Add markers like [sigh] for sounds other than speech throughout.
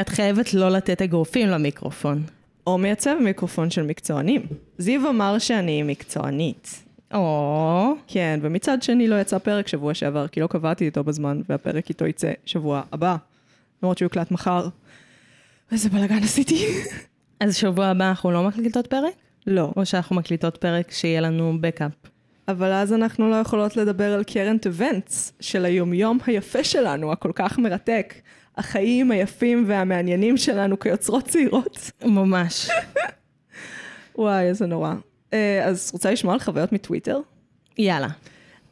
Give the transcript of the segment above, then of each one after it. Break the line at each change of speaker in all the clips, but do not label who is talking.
את חייבת לא לתת אגרופים למיקרופון.
או מייצב מיקרופון של מקצוענים. זיו אמר שאני מקצוענית.
או,
כן, ומצד שני לא יצא פרק שבוע שעבר, כי לא קבעתי איתו בזמן, והפרק איתו יצא שבוע הבא, למרות שהוא יוקלט מחר. איזה בלאגן עשיתי. [laughs]
אז שבוע הבא אנחנו לא מקליטות פרק?
לא.
או שאנחנו מקליטות פרק שיהיה לנו בקאפ?
אבל אז אנחנו לא יכולות לדבר על קרנט אבנטס של היומיום היפה שלנו, הכל כך מרתק. החיים היפים והמעניינים שלנו כיוצרות צעירות.
ממש.
וואי, איזה נורא. אה, אז רוצה לשמוע על חוויות מטוויטר?
יאללה.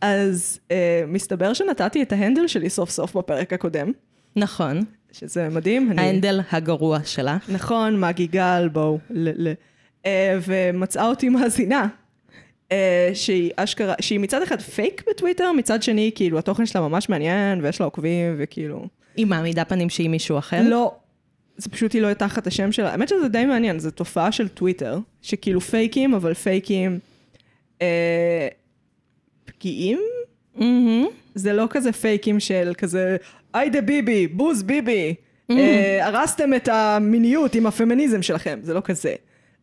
אז אה, מסתבר שנתתי את ההנדל שלי סוף סוף בפרק הקודם,
נכון.
שזה מדהים. אני-
ההנדל הגרוע שלך.
נכון, מגי גל, בואו. ל- ל- אה, ומצאה אותי מאזינה, אה, שהיא אשכרה, שהיא מצד אחד פייק בטוויטר, מצד שני, כאילו, התוכן שלה ממש מעניין, ויש לה עוקבים, וכאילו...
היא מעמידה פנים שהיא מישהו אחר?
לא, זה פשוט היא לא תחת השם שלה. האמת שזה די מעניין, זו תופעה של טוויטר, שכאילו פייקים, אבל פייקים אה, פגיעים?
מהמם.
זה לא כזה פייקים של כזה, היידה ביבי, בוז ביבי,
Mm.
אה, הרסתם את המיניות עם הפמיניזם שלכם, זה לא כזה.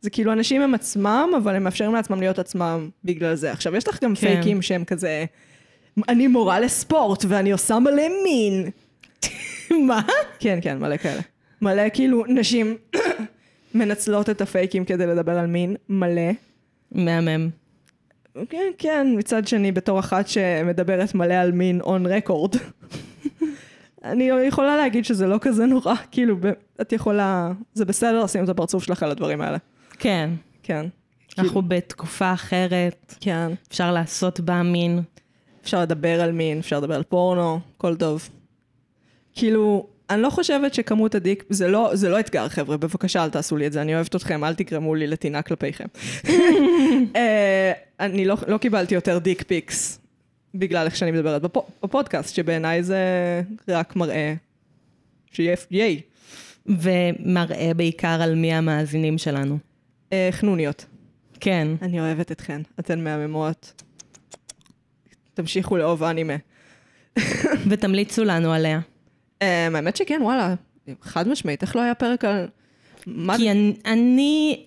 זה כאילו אנשים הם עצמם, אבל הם מאפשרים לעצמם להיות עצמם בגלל זה. עכשיו, יש לך גם
כן.
פייקים שהם כזה, אני מורה לספורט ואני עושה מלא מין.
[laughs] מה?
כן, כן, מלא כאלה. מלא כאילו נשים [coughs] מנצלות את הפייקים כדי לדבר על מין, מלא.
מהמם.
כן, כן, מצד שני, בתור אחת שמדברת מלא על מין און רקורד, אני יכולה להגיד שזה לא כזה נורא, כאילו, ב- את יכולה, זה בסדר לשים את הפרצוף שלך על הדברים האלה.
כן.
כן.
אנחנו בתקופה אחרת,
כן.
אפשר לעשות בה מין.
אפשר לדבר על מין, אפשר לדבר על פורנו, הכל טוב. כאילו, אני לא חושבת שכמות הדיק, זה לא, זה לא אתגר, חבר'ה, בבקשה אל תעשו לי את זה, אני אוהבת אתכם, אל תגרמו לי לטינה כלפיכם. אה, אני לא, לא קיבלתי יותר דיק פיקס בגלל איך שאני מדברת בפו, בפודקאסט, שבעיניי זה רק מראה שיהיה, ייי,
ומראה בעיקר על מי המאזינים שלנו.
אה, חנוניות.
כן.
אני אוהבת אתכן, אתן מהממות. תמשיכו לאהוב אנימה.
ותמליצו לנו עליה.
אמ, האמת שכן, וואלה, חד משמעית, איך לא היה פרק על... מה...
כי אני, אני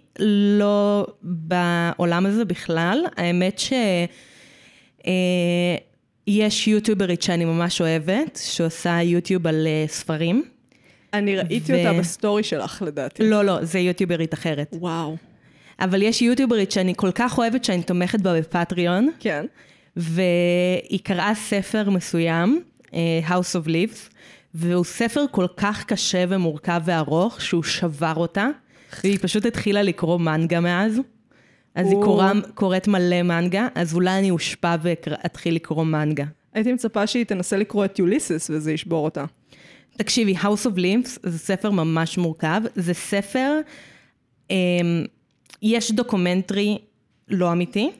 לא בעולם הזה בכלל. האמת ש... אה, יש יוטיוברית שאני ממש אוהבת, שעושה יוטיוב על אה, ספרים.
אני ראיתי
ו-
אותה בסטורי שלך, לדעתי.
לא, לא, זה יוטיוברית אחרת.
וואו.
אבל יש יוטיוברית שאני כל כך אוהבת שאני תומכת בה בפטריון,
כן.
והיא קראה ספר מסוים, אה, House of Leaves, והוא ספר כל כך קשה ומורכב וארוך, שהוא שבר אותה, והיא פשוט התחילה לקרוא מנגה מאז. אז היא
או.
קורא, קוראת מלא מנגה, אז אולי אני אושפע ואתחיל לקרוא מנגה.
הייתי מצפה שהיא תנסה לקרוא את יוליסס וזה ישבור אותה.
תקשיבי, House of Limbs זה ספר ממש מורכב, זה ספר, אמ, יש דוקומנטרי לא אמיתי,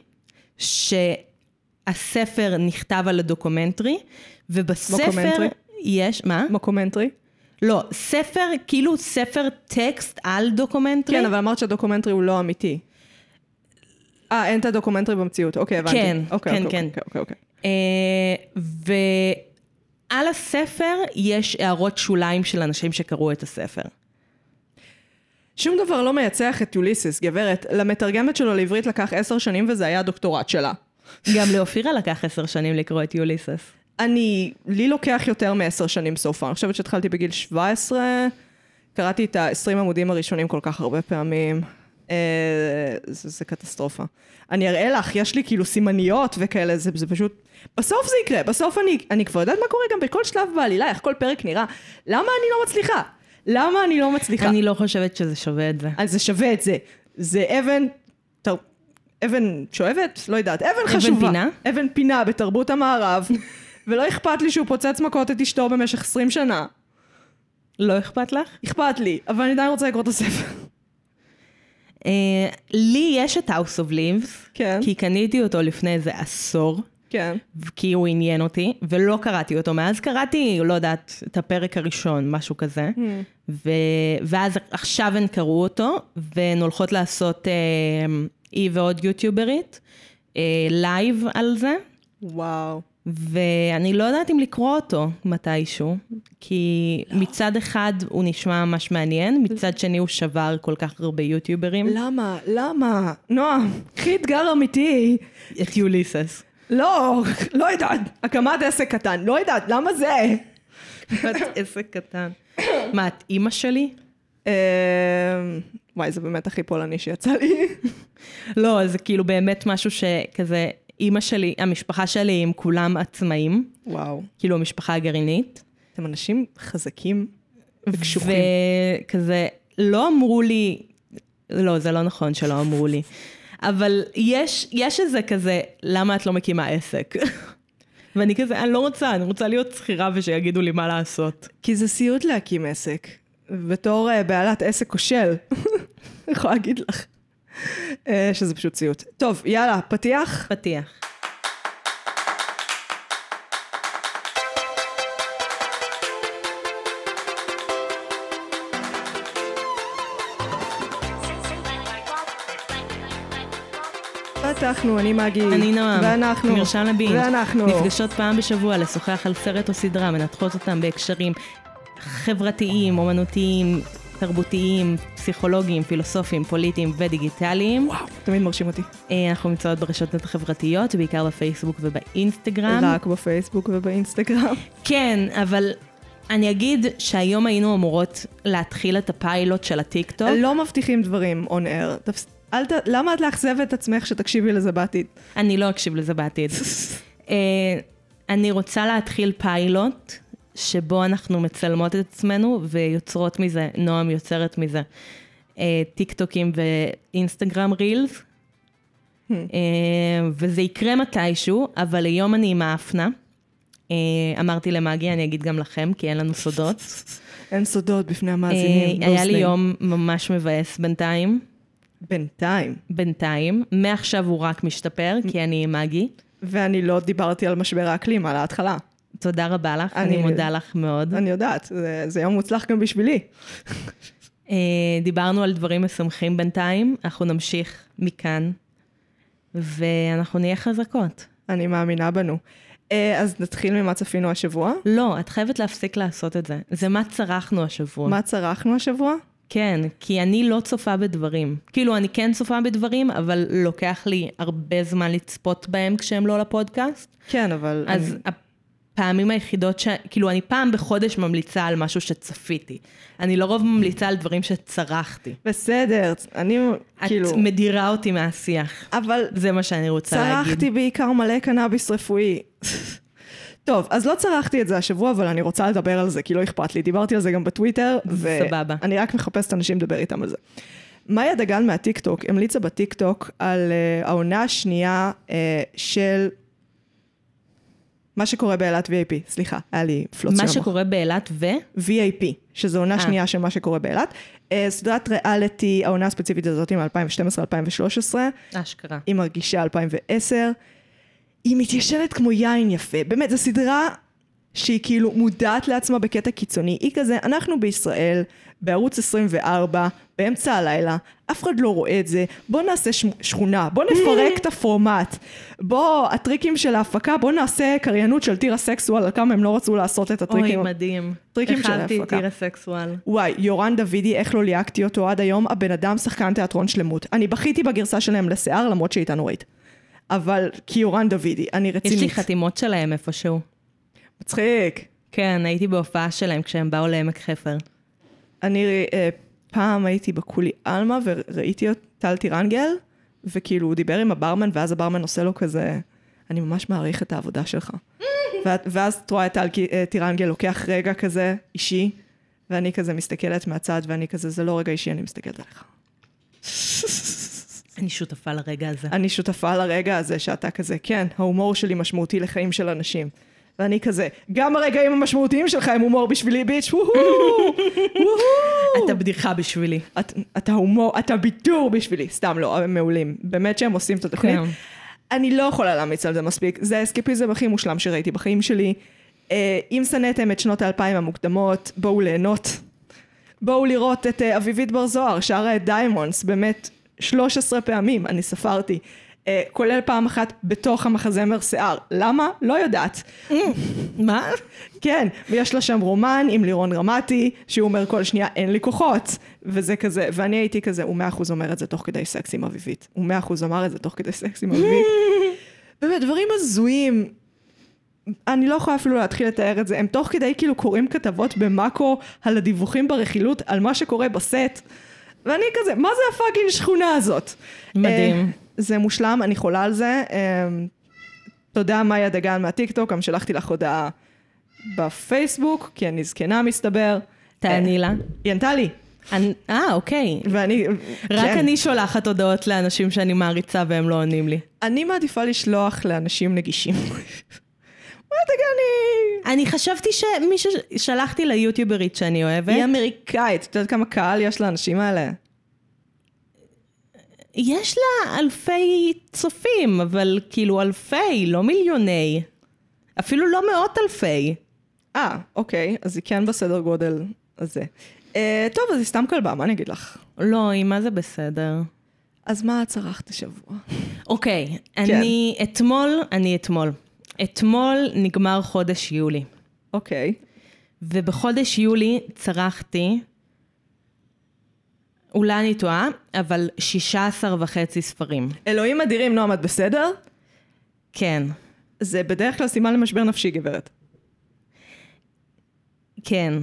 שהספר נכתב על הדוקומנטרי, ובספר
מוקומנטרי?
יש, מה?
מוקומנטרי?
לא, ספר, כאילו ספר טקסט על דוקומנטרי.
כן, אבל אמרת שהדוקומנטרי הוא לא אמיתי. אה, אין את הדוקומנטרי במציאות. אוקיי, הבנתי.
כן,
אוקיי,
כן,
אוקיי,
כן.
אוקיי, אוקיי, אוקיי.
אה, ועל הספר יש הערות שוליים של אנשים שקראו את הספר.
שום דבר לא מייצח את יוליסס, גברת. למתרגמת שלו לעברית לקח עשר שנים וזה היה הדוקטורט שלה.
גם לאופירה לקח עשר שנים לקרוא את יוליסס.
אני, לי לוקח יותר מעשר שנים so far. אני חושבת שהתחלתי בגיל 17, קראתי את ה-20 עמודים הראשונים כל כך הרבה פעמים. אה, זה, זה קטסטרופה. אני אראה לך, יש לי כאילו סימניות וכאלה, זה, זה פשוט... בסוף זה יקרה, בסוף אני, אני כבר יודעת מה קורה גם בכל שלב בעלילה, איך כל פרק נראה. למה אני לא מצליחה? למה אני לא מצליחה?
אני לא חושבת שזה שווה את זה.
אז זה שווה את זה. זה אבן, תר... אבן שואבת? לא יודעת. אבן,
אבן
חשובה.
פינה?
אבן פינה
[laughs]
בתרבות המערב. ולא אכפת לי שהוא פוצץ מכות את אשתו במשך 20 שנה.
לא אכפת לך?
אכפת לי, אבל אני עדיין רוצה לקרוא את הספר.
[laughs] אה, לי יש את House of Leaves,
כן.
כי קניתי אותו לפני איזה עשור,
כן.
כי הוא עניין אותי, ולא קראתי אותו מאז, קראתי, לא יודעת, את הפרק הראשון, משהו כזה,
Hmm. Mm.
ו... ואז עכשיו הן קראו אותו, והן הולכות לעשות, אה, היא ועוד יוטיוברית, אה, לייב על זה,
וואו.
ואני לא יודעת אם לקרוא אותו מתישהו, כי מצד אחד הוא נשמע ממש מעניין, מצד שני הוא שבר כל כך הרבה יוטיוברים.
למה? למה? נועם, קחי אתגר אמיתי.
את יוליסס.
לא, לא יודעת. הקמת עסק קטן, לא יודעת, למה זה?
בת עסק קטן. מה, את אימא שלי?
אמ, וואי, זה באמת הכי פולני שיצא לי.
לא, זה כאילו באמת משהו שכזה, אימא שלי, המשפחה שלי הם כולם עצמאים,
וואו.
כאילו המשפחה הגרעינית.
אתם אנשים חזקים. וקשוחים.
וכזה, לא אמרו לי, לא, זה לא נכון שלא אמרו לי, אבל יש, יש איזה כזה, למה את לא מקימה עסק? [laughs] ואני כזה, אני לא רוצה, אני רוצה להיות שכירה ושיגידו לי מה לעשות.
כי זה סיוט להקים עסק. בתור אה, בעלת עסק כושל, [laughs] אני יכולה להגיד לך. אה, שזה פשוט סיוט. טוב, יאללה, פתיח.
פתיח.
פתחנו, אני מגי.
אני נועם,
ואנחנו.
מרשם לבינג',
ואנחנו.
נפגשות פעם בשבוע לשוחח על סרט או סדרה, מנתחות אותם בהקשרים חברתיים, אומנותיים, תרבותיים, פסיכולוגיים, פילוסופיים, פוליטיים ודיגיטליים.
וואו, תמיד מרשים אותי.
אה, אנחנו נמצאות ברשתות החברתיות, בעיקר בפייסבוק ובאינסטגרם.
רק בפייסבוק ובאינסטגרם.
כן, אבל אני אגיד שהיום היינו אמורות להתחיל את הפיילוט של הטיקטוק.
לא מבטיחים דברים on air. תפס- אל ת... למה את לאכזב את עצמך שתקשיבי לזה
[laughs]
בעתיד?
אני לא אקשיב לזה בעתיד. אה, אני רוצה להתחיל פיילוט שבו אנחנו מצלמות את עצמנו ויוצרות מזה, נועם יוצרת מזה, אה, טיקטוקים ואינסטגרם רילס. אה,
Hmm,
וזה יקרה מתישהו, אבל היום אני עם האפנה. אה, אמרתי למאגי, אני אגיד גם לכם, כי אין לנו סודות.
אין סודות בפני המאזינים.
אה, היה לי
באוזני.
יום ממש מבאס בינתיים.
בינתיים.
בינתיים. מעכשיו הוא רק משתפר, כי אני עם מאגי.
ואני לא דיברתי על משבר האקלים, על ההתחלה.
תודה רבה לך,
אני-
אני מודה לך מאוד.
אני יודעת, זה, זה יום מוצלח גם בשבילי.
אה, דיברנו על דברים משמחים בינתיים, אנחנו נמשיך מכאן, ואנחנו נהיה חזקות.
אני מאמינה בנו. אה, אז נתחיל ממה צפינו השבוע.
לא, את חייבת להפסיק לעשות את זה. זה מה צרכנו השבוע.
מה צרכנו השבוע?
כן, כי אני לא צופה בדברים. כאילו, אני כן צופה בדברים, אבל לוקח לי הרבה זמן לצפות בהם כשהם לא לפודקאסט.
כן, אבל...
אז הפעמים היחידות ש... כאילו, אני פעם בחודש ממליצה על משהו שצפיתי. אני לרוב ממליצה על דברים שצרכתי.
בסדר, אני
את
כאילו...
מדירה אותי מהשיח.
אבל
זה מה שאני רוצה להגיד.
צרכתי בעיקר מלא קנאביס רפואי. [laughs] טוב, אז לא צרכתי את זה השבוע, אבל אני רוצה לדבר על זה, כי לא אכפת לי. דיברתי על זה גם בטוויטר,
סבבה.
ואני רק מחפשת אנשים לדבר איתם על זה. מאיה דגן מהטיקטוק המליצה בטיקטוק על uh, העונה השנייה uh, של מה שקורה באילת VIP. סליחה, היה לי פלוץ
מה
של המוח.
שקורה באילת ו...
VIP, שזו עונה
אה.
שנייה של מה שקורה באילת. אה, סדרת ריאליטי, העונה הספציפית הזאת היא מ-2012-2013,
אשכרה.
היא מרגישה 2010. היא מתיישנת כמו יין יפה. באמת, זו סדרה שהיא כאילו מודעת לעצמה בקטע קיצוני. היא כזה, אנחנו בישראל, בערוץ 24, באמצע הלילה, אף אחד לא רואה את זה, בוא נעשה ש- שכונה, בוא נפרק את הפורמט. בוא, הטריקים של ההפקה, בוא נעשה קריינות של טירה סקסואל, על כמה הם לא רצו לעשות את
אוי,
הטריקים.
מדהים.
טריקים של
הכנתי את
ההפקה.
עיר הסקסואל.
וואי, יורן דוידי, איך לא ליהקתי אותו עד היום, הבן אדם שחקן תיאטרון שלמות. אני בכיתי בגרסה שלהם לשיער, למרות שהיא הייתה נוראית. אבל כי יורן דוידי, אני רצינית.
יש לי חתימות שלהם איפשהו.
מצחיק.
כן, הייתי בהופעה שלהם כשהם באו לעמק חפר.
אני אה, פעם הייתי בקולי עלמה וראיתי את טל טירנגל, וכאילו הוא דיבר עם הברמן, ואז הברמן עושה לו כזה, אני ממש מעריך את
[laughs]
העבודה שלך. ואת- ואז את רואה את טל קי- אה, טירנגל לוקח רגע כזה אישי, ואני כזה מסתכלת מהצד, ואני כזה, זה לא רגע אישי, אני מסתכלת עליך.
אני שותפה לרגע הזה.
אני שותפה לרגע הזה שאתה כזה, כן, ההומור שלי משמעותי לחיים של אנשים. ואני כזה, גם הרגעים המשמעותיים שלך הם הומור בשבילי, ביץ', וואו! וואו!
אתה בדיחה בשבילי.
את- אתה הומור, אתה ביטור בשבילי. סתם לא, הם מעולים. באמת שהם עושים את התוכנית.
כן.
אני לא יכולה להמליץ על זה מספיק. זה האסקפיזם הכי מושלם שראיתי בחיים שלי. אה, אם שנאתם את שנות האלפיים המוקדמות, בואו ליהנות. בואו לראות את אה, אביבית בר זוהר, שרה את דיימונדס, באמת 13 פעמים, אני ספרתי. אה, כולל פעם אחת בתוך המחזמר שיער. למה? לא יודעת.
מה?
כן, ויש לה שם רומן עם לירון רמתי, שהוא אומר כל שנייה, אין לי כוחות. וזה כזה, ואני הייתי כזה, הוא מאה אחוז אומר את זה תוך כדי סקס עם אביבית. הוא מאה אחוז אמר את זה תוך כדי סקס עם אביבית. באמת, דברים הזויים. אני לא יכולה אפילו להתחיל לתאר את זה. הם תוך כדי כאילו קוראים כתבות במאקו על הדיווחים ברכילות, על מה שקורה בסט. ואני כזה, מה זה הפאקינג שכונה הזאת?
מדהים.
אה, זה מושלם, אני חולה על זה. אה, תודה מאיה דגן מהטיקטוק, גם שלחתי לך הודעה בפייסבוק, כי אני זקנה מסתבר.
תעני לה.
היא ענתה לי,
אני- אה, אוקיי.
ואני...
רק
כן.
אני שולחת הודעות לאנשים שאני מעריצה והם לא עונים לי.
אני מעדיפה לשלוח לאנשים נגישים. [laughs] מאיה דגן היא...
אני חשבתי שמי ששלחתי ליוטיוברית שאני אוהבת,
היא אמריקאית, את יודעת כמה קהל יש לאנשים האלה?
יש לה אלפי צופים, אבל כאילו אלפי, לא מיליוני. אפילו לא מאות אלפי.
אה, אוקיי, אז היא כן בסדר גודל הזה. אה, טוב, אז היא סתם כלבה, מה אני אגיד לך?
לא, היא מה זה בסדר.
אז מה את צרחת [laughs] השבוע?
אוקיי, אני אתמול, אני אתמול. אתמול נגמר חודש יולי,
אוקיי.
ובחודש יולי צרחתי, אולי אני טועה, אבל 16 וחצי ספרים.
אלוהים אדירים, נועם, את בסדר?
כן,
זה בדרך כלל סימן למשבר נפשי, גברת.
כן.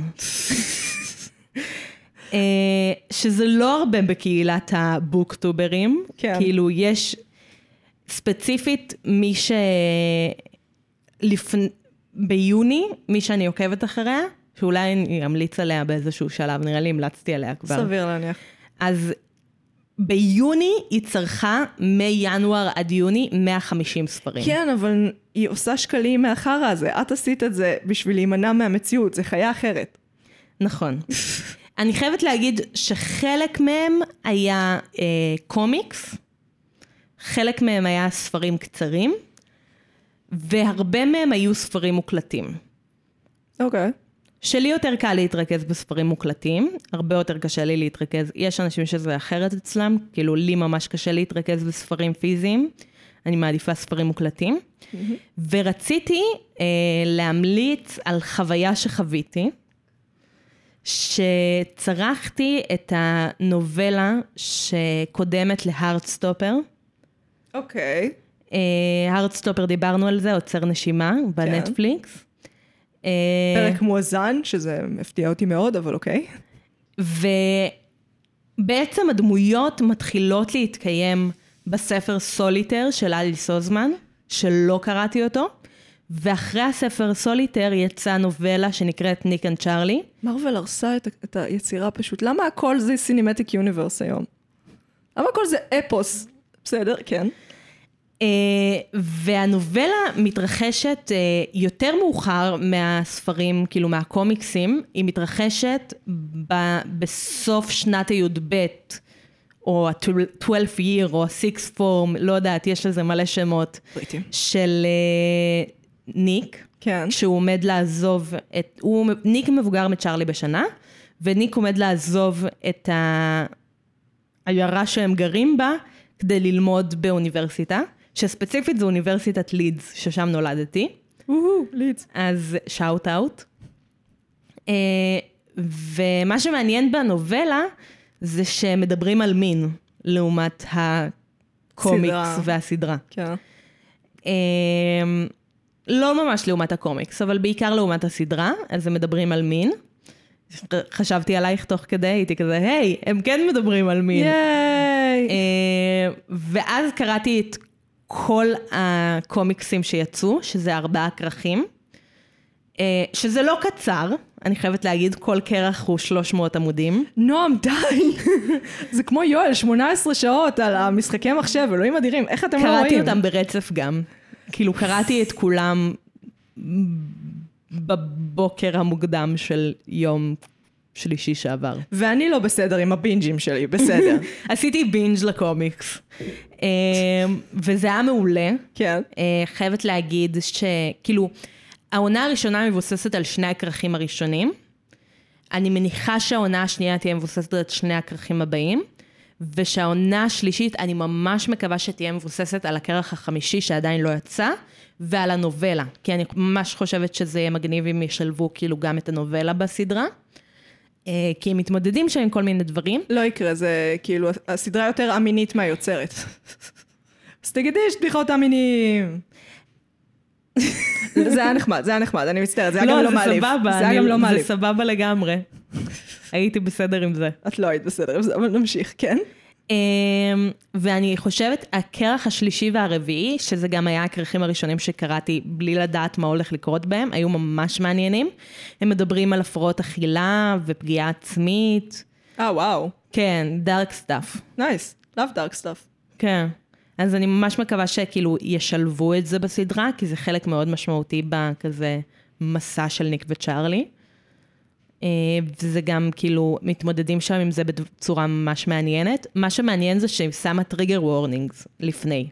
אה, שזה לא הרבה בקהילת הבוקטוברים.
כן.
כאילו, יש ספציפית מי ש... לפני... ביוני, מי שאני עוקבת אחריה, שאולי אני אמליץ עליה באיזשהו שלב, נראה לי המלצתי עליה כבר.
סביר להניח.
אז ביוני היא צרכה מינואר עד יוני 150 ספרים.
כן, אבל היא עושה שקלים מהחרא הזה. את עשית את זה בשביל להימנע מהמציאות, זה חיה אחרת.
נכון. אני חייבת להגיד שחלק מהם היה אה, קומיקס, חלק מהם היה ספרים קצרים, והרבה מהם היו ספרים מוקלטים.
אוקיי.
שלי יותר קל להתרכז בספרים מוקלטים, הרבה יותר קשה לי להתרכז, יש אנשים שזה אחרת אצלם, כאילו לי ממש קשה להתרכז בספרים פיזיים, אני מעדיפה ספרים מוקלטים. ורציתי אה, להמליץ על חוויה שחוויתי, שצרחתי את הנובלה שקודמת להרדסטופר.
אוקיי.
אה, הרדסטופר, דיברנו על זה, עוצר נשימה, בנטפליקס. אה,
פרק מואזן, שזה הפתיע אותי מאוד, אבל אוקיי.
ובעצם הדמויות מתחילות להתקיים בספר סוליטר של אלי סוזמן, שלא קראתי אותו, ואחרי הספר סוליטר יצאה נובלה שנקראת ניק אנד צ'ארלי.
מרוויל הרסה את, את היצירה פשוט. למה הכל זה סינמטיק יוניברס היום? למה הכל זה אפוס? בסדר, כן.
אה, והנובלה מתרחשת אה, יותר מאוחר מהספרים, כאילו מהקומיקסים, היא מתרחשת ב, בסוף שנת הי"ב, או ה-12 year, או ה-6 form, לא יודעת, יש לזה מלא שמות,
בריטים.
של אה, ניק,
כן.
כשהוא עומד לעזוב את... הוא, ניק מבוגר מצ'ארלי בשנה, וניק עומד לעזוב את ה... העיירה שהם גרים בה כדי ללמוד באוניברסיטה, שספציפית זו אוניברסיטת לידס, ששם נולדתי,
וואו, לידס.
אז שאוט אאוט. אה, ומה שמעניין בנובלה זה שמדברים על מין, לעומת הקומיקס
סדרה.
והסדרה.
כן.
אה, לא ממש לעומת הקומיקס, אבל בעיקר לעומת הסדרה, אז הם מדברים על מין. חשבתי עלייך תוך כדי, הייתי כזה, היי, הם כן מדברים על מין.
ייי!
אה, ואז קראתי את כל הקומיקסים שיצאו, שזה ארבעה כרכים, אה, שזה לא קצר, אני חייבת להגיד, כל כרך הוא 300 עמודים.
נועם, די! [laughs] זה כמו יואל, 18 שעות על המשחקי מחשב, אלוהים אדירים, איך אתם לא רואים?
קראתי אותם ברצף גם. כאילו, קראתי את כולם בבוקר המוקדם של יום שלישי שעבר.
ואני לא בסדר עם הבינג'ים
[laughs]
שלי, בסדר.
עשיתי בינג' לקומיקס. אה, וזה היה מעולה.
כן.
אה, חייבת להגיד שכאילו, העונה הראשונה מבוססת על שני הכרכים הראשונים. אני מניחה שהעונה השנייה תהיה מבוססת על שני הכרכים הבאים, ושהעונה השלישית, אני ממש מקווה שתהיה מבוססת על הכרך החמישי שעדיין לא יצא, ועל הנובלה. כי אני ממש חושבת שזה יהיה מגניב אם ישלבו כאילו גם את הנובלה בסדרה. אה, כי הם מתמודדים שם עם כל מיני דברים.
לא יקרה, זה כאילו, הסדרה יותר אמינית מהיוצרת. [laughs] אז תגידי, יש בדיחות המינים. [laughs] זה היה נחמד, זה היה נחמד, אני מצטערת, זה היה גם לא מעליב.
סבבה,
זה
אני-
היה גם לא
זה
מעליב.
סבבה לגמרי. הייתי בסדר עם זה.
את לא היית בסדר עם זה, אבל נמשיך, כן?
אמ, ואני חושבת, הכרך השלישי והרביעי, שזה גם היה הכרכים הראשונים שקראתי בלי לדעת מה הולך לקרות בהם, היו ממש מעניינים. הם מדברים על הפרעות אכילה ופגיעה עצמית.
אה, וואו.
כן, דארק סטאפ.
נייס. Love dark stuff.
כן. אז אני ממש מקווה שכאילו ישלבו את זה בסדרה, כי זה חלק מאוד משמעותי בכזה מסע של ניק וצ'ארלי. אה, וזה גם כאילו, מתמודדים שם עם זה בצורה ממש מעניינת. מה שמעניין זה שהיא שמה טריגר וורנינגס לפני.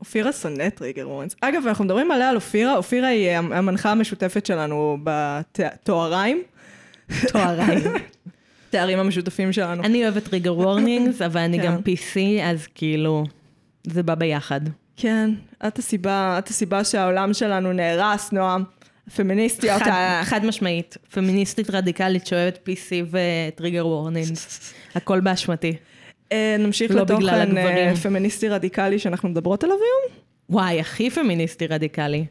אופירה שונא טריגר וורנס. אגב, אנחנו מדברים עליה, על אופירה. אופירה היא המ- המנחה המשותפת שלנו בתואריים.
תואריים.
תארים המשותפים שלנו.
[laughs] אני אוהבת טריגר וורנינגס, אבל אני גם
כן.
PC, אז כאילו, זה בא ביחד.
כן, את הסיבה, את הסיבה שהעולם שלנו נהרס, נועם. הפמיניסטיות.
חד,
ה-
חד משמעית, פמיניסטית רדיקלית שאוהבת PC וטריגר וורנינגס. הכל באשמתי.
אה, נמשיך
לא בגלל
לתוכן
הגברים.
אה, פמיניסטי רדיקלי שאנחנו מדברות עליו היום?
וואי, הכי פמיניסטי רדיקלי.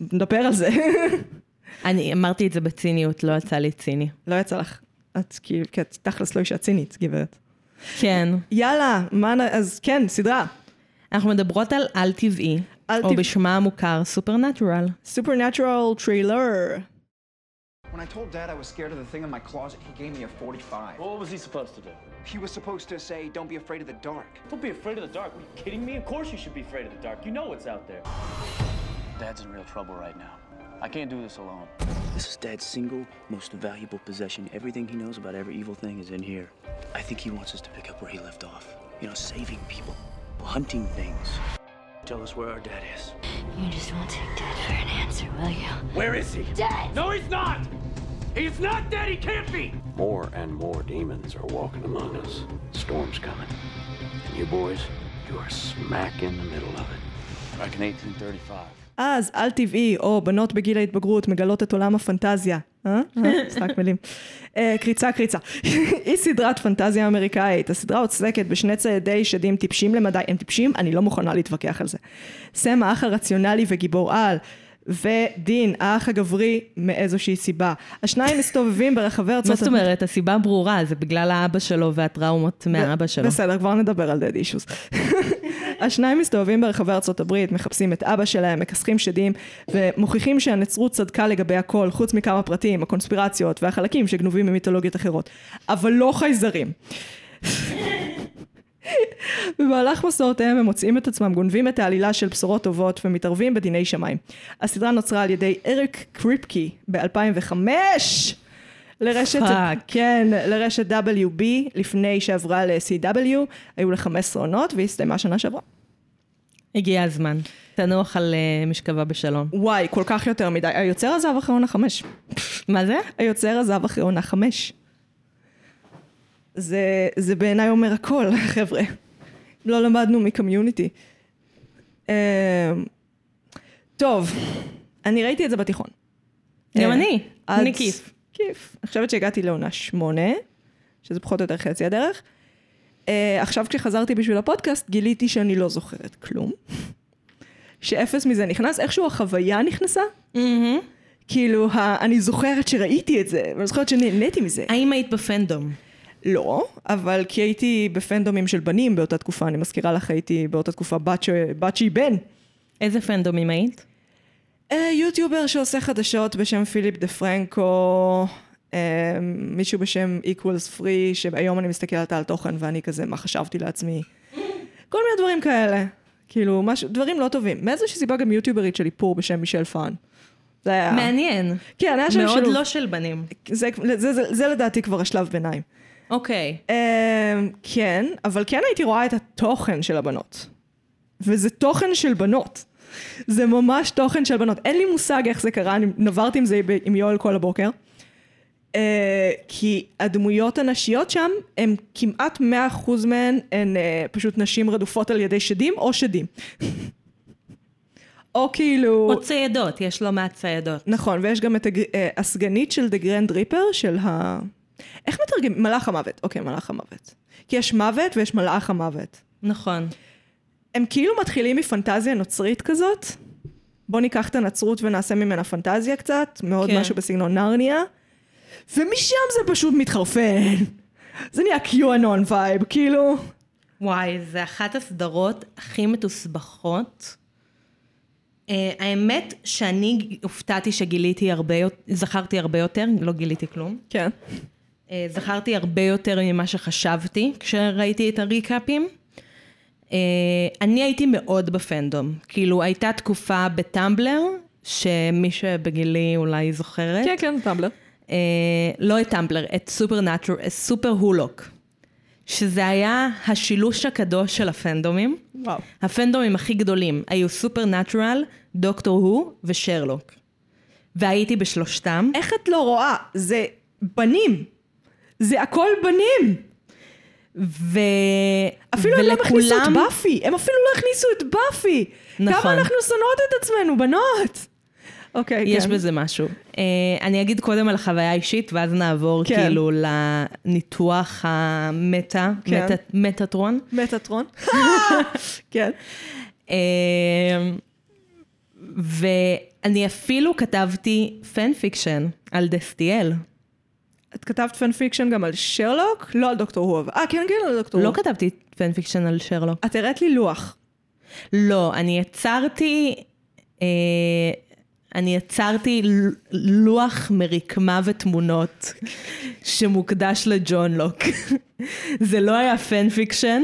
נדבר על זה. [laughs]
אני אמרתי את זה בציניות, לא יצא לי ציני.
לא יצא לך. את כאילו, כי את תכלס לא אישה צינית, גברת.
כן.
יאללה, מה נ... אז כן, סדרה.
אנחנו מדברות על על-טבעי,
על
או
טבע-
בשמה המוכר, סופרנטורל.
Supernatural Trailer.
When I told Dad I was scared of the thing in my closet, he gave me a 45.
What was he supposed to do?
He was supposed to say, "Don't be afraid of the dark."
Don't be afraid of the dark. Are you kidding me? Of course you should be afraid of the dark. You know what's out there.
Dad's in real trouble right now. I can't do this alone. This is Dad's single most valuable possession. Everything he knows about every evil thing is in here. I think he wants us to pick up where he left off. You know, saving people, hunting things. Tell us where our dad is.
You just won't take Dad for an answer, will you?
Where is he?
Dad!
No, he's not! He's not dead! He can't be!
More and more demons are walking among us. Storm's coming. And you boys, you are smack in the middle of it.
Back in 1835.
אז על טבעי, או בנות בגיל ההתבגרות מגלות את עולם הפנטזיה. אה? אה, משחק מילים. אה, קריצה, קריצה. [laughs] היא סדרת פנטזיה אמריקאית. הסדרה עוסקת בשני ציידי שדים טיפשים למדי. הם טיפשים? אני לא מוכנה להתווכח על זה. סם האח הרציונלי וגיבור על. ודין, האח הגברי, מאיזושהי סיבה. השניים מסתובבים ברחבי ארצות
מה זאת אומרת? הסיבה ברורה, זה בגלל האבא שלו והטראומות מהאבא שלו.
בסדר, כבר נדבר על דד אישוס.
[laughs]
השניים מסתובבים ברחבי ארצות הברית, מחפשים את אבא שלהם, מכסחים שדים, ומוכיחים שהנצרות צדקה לגבי הכל, חוץ מכמה פרטים, הקונספירציות והחלקים שגנובים ממיתולוגיות אחרות. אבל לא חייזרים. במהלך מסעותיהם הם מוצאים את עצמם גונבים את העלילה של בשורות טובות ומתערבים בדיני שמיים. הסדרה נוצרה על ידי אריק קריפקי ב-2005 לרשת,
פאק.
כן, לרשת WB לפני שעברה ל-CW, היו לה 15 עונות והיא הסתיימה שנה שעברה.
הגיע הזמן. תנוח על אה, משכבה בשלום.
וואי, כל כך יותר מדי. היוצר עזב אחרי עונה חמש.
מה זה?
היוצר עזב אחרי עונה חמש. זה, זה בעיניי אומר הכל, [laughs] חבר'ה. לא למדנו מקמיוניטי. אמ, טוב, אני ראיתי את זה בתיכון.
גם
אה,
אני.
אז-
אני כיף.
כיף. אני חושבת שהגעתי לעונה שמונה, שזה פחות או יותר חצי הדרך. אה, עכשיו כשחזרתי בשביל הפודקאסט, גיליתי שאני לא זוכרת כלום. [laughs] שאפס מזה נכנס, איכשהו החוויה נכנסה. כאילו, ה- אני זוכרת שראיתי את זה, ואני זוכרת שנהניתי מזה.
האם היית בפנדום?
לא, אבל כי הייתי בפנדומים של בנים באותה תקופה, אני מזכירה לך, הייתי באותה תקופה בת, ש... בת שהיא בן.
איזה פנדומים היית?
אה, יוטיובר שעושה חדשות בשם פיליפ דה פרנקו, אה, מישהו בשם equals free, שהיום אני מסתכלת על תוכן ואני כזה, מה חשבתי לעצמי? כל מיני דברים כאלה. כאילו, משהו, דברים לא טובים. מאיזושהי סיבה גם יוטיוברית של איפור בשם מישל פאן. זה היה...
מעניין.
כן, היה שם
מאוד
שילוב.
לא של בנים.
זה, זה, זה, זה לדעתי כבר השלב ביניים.
אוקיי.
אמ, כן, אבל כן הייתי רואה את התוכן של הבנות. וזה תוכן של בנות. זה ממש תוכן של בנות. אין לי מושג איך זה קרה, אני נברתי עם זה ב- עם יואל כל הבוקר. אה, כי הדמויות הנשיות שם, הן כמעט 100% מהן הן אה, פשוט נשים רדופות על ידי שדים או שדים. [laughs] או כאילו...
או ציידות, יש לא מעט ציידות.
נכון, ויש גם את הג... אה, הסגנית של The Grand Reaper, של ה... איך מתרגמים? מלאך המוות. אוקיי, מלאך המוות. כי יש מוות ויש מלאך המוות.
נכון.
הם כאילו מתחילים מפנטזיה נוצרית כזאת. בוא ניקח את הנצרות ונעשה ממנה פנטזיה קצת, מאוד
כן.
משהו בסגנון נרניה. ומשם זה פשוט מתחרפן. זה נהיה QAnon וייב, כאילו...
וואי, זה אחת הסדרות הכי מתוסבכות. Uh, האמת שאני הופתעתי שגיליתי הרבה, יות- זכרתי הרבה יותר, לא גיליתי כלום.
כן.
Uh, זכרתי הרבה יותר ממה שחשבתי כשראיתי את הריקאפים. Uh, אני הייתי מאוד בפנדום. כאילו, הייתה תקופה בטמבלר, שמי שבגילי אולי זוכרת.
כן, כן, טמבלר.
אה, לא את טמבלר, את סופר נאטר, סופר הולוק. שזה היה השילוש הקדוש של הפנדומים.
וואו.
הפנדומים הכי גדולים היו סופר נאטרל, דוקטור הו ושרלוק. והייתי בשלושתם.
איך את לא רואה? זה בנים. זה הכל בנים.
ו...
אפילו הם לא הכניסו את
ולכולם-
באפי, הם אפילו לא הכניסו את באפי.
נכון.
כמה אנחנו שונאות את עצמנו, בנות. אוקיי,
יש
כן.
בזה משהו. אה, אני אגיד קודם על החוויה האישית, ואז נעבור
כן.
כאילו לניתוח המטה,
כן.
מטה, מטאטרון. [laughs]
מטאטרון. כן.
אמ, ואני אפילו כתבתי פן פיקשן על דסטיאל.
את כתבת פן פיקשן גם על שרלוק? לא על דוקטור הו. אבל- אה, כן, כן, על דוקטור
לא
הו.
כתבתי פן פיקשן על שרלוק.
את הראת לי לוח.
לא, אני יצרתי... אה, אני יצרתי ל- לוח מרקמה ותמונות שמוקדש לג'ון לוק. [laughs] זה לא היה פן פיקשן,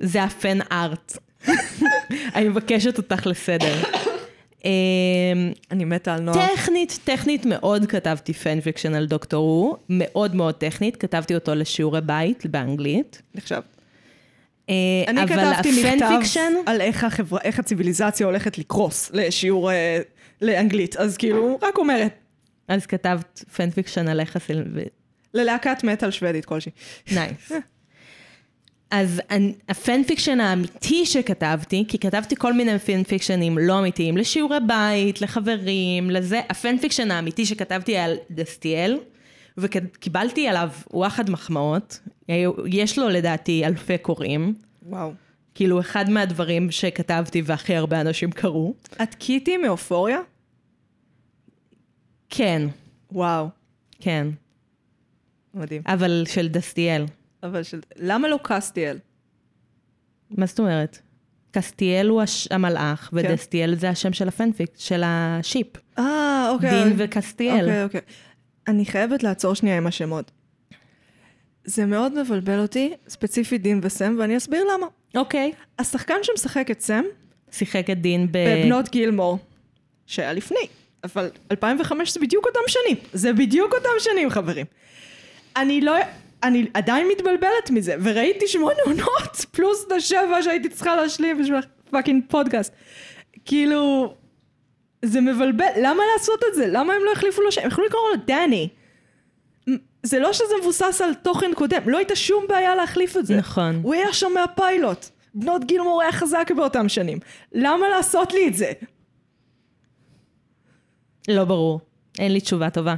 זה היה פן ארט. [laughs] אני מבקשת אותך לסדר. אמ,
אני מתה על נוער.
טכנית, טכנית מאוד כתבתי פן פיקשן על דוקטור הוא, מאוד מאוד טכנית, כתבתי אותו לשיעורי בית באנגלית.
נחשב.
אה,
אני
אבל
כתבתי
הפן
מכתב
פיקשן,
על איך החברה, איך הציוויליזציה הולכת לקרוס לשיעור אה, לאנגלית, אז כאילו, רק אומרת,
אז כתבת פן פיקשן על יחס אל... ו-
ללהקת מטאל שוודית כלשהי.
נייס. אז אני- הפן פיקשן האמיתי שכתבתי, כי כתבתי כל מיני פן פיקשנים לא אמיתיים, לשיעורי בית, לחברים, לזה, הפן פיקשן האמיתי שכתבתי על דסטיאל, וקיבלתי עליו וואחד מחמאות, היו- יש לו לדעתי אלפי קוראים.
וואו.
כאילו אחד מהדברים שכתבתי והכי הרבה אנשים קראו.
את קיטי מאופוריה?
כן,
וואו.
כן,
מדהים.
אבל של דסטיאל.
אבל של... למה לא קסטיאל?
מה זאת אומרת? קסטיאל הוא הש... המלאך, ודסטיאל זה השם של הפנפיק, של השיפ.
אה, אוקיי.
דין וקסטיאל.
אוקיי, אוקיי. אני חייבת לעצור שנייה עם השמות. זה מאוד מבלבל אותי, ספציפית דין וסם, ואני אסביר למה.
אוקיי.
השחקן שמשחק את סם,
שיחק את דין ב...
בבנות גילמור, שהיה לפני, אבל 2005 זה בדיוק אותם שנים. זה בדיוק אותם שנים, חברים. אני לא... אני עדיין מתבלבלת מזה, וראיתי שמונה עונות פלוס את השבע שהייתי צריכה להשלים בשביל הפאקינג פודקאסט. כאילו, זה מבלבל, למה לעשות את זה? למה הם לא החליפו לו שם? הם יכלו לקרוא לו דני. מ- זה לא שזה מבוסס על תוכן קודם, לא הייתה שום בעיה להחליף את זה.
נכון.
הוא היה שם מהפיילוט. בנות גילמור היה חזק באותם שנים. למה לעשות לי את זה?
לא ברור. אין לי תשובה טובה.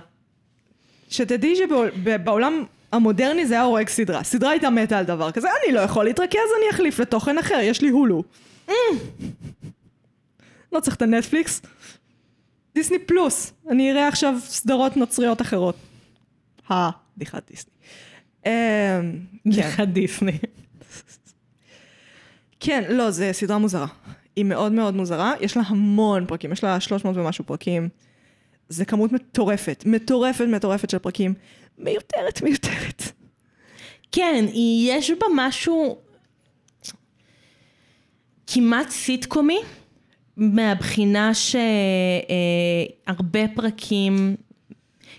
שתדעי שבעולם המודרני זה היה הורג סדרה. סדרה הייתה מתה על דבר כזה, אני לא יכול להתרכז, אני אחליף לתוכן אחר, יש לי הולו. Mm. לא צריך את הנטפליקס. דיסני פלוס, אני אראה עכשיו סדרות נוצריות אחרות. אה, בדיחת דיסני. אמ, כן.
בדיחת דיסני.
כן, לא, זו סדרה מוזרה. היא מאוד מאוד מוזרה, יש לה המון פרקים, יש לה 300 ומשהו פרקים. זה כמות מטורפת, מטורפת מטורפת של פרקים. מיותרת, מיותרת.
כן, היא- יש בה משהו כמעט סיטקומי, מהבחינה שהרבה פרקים,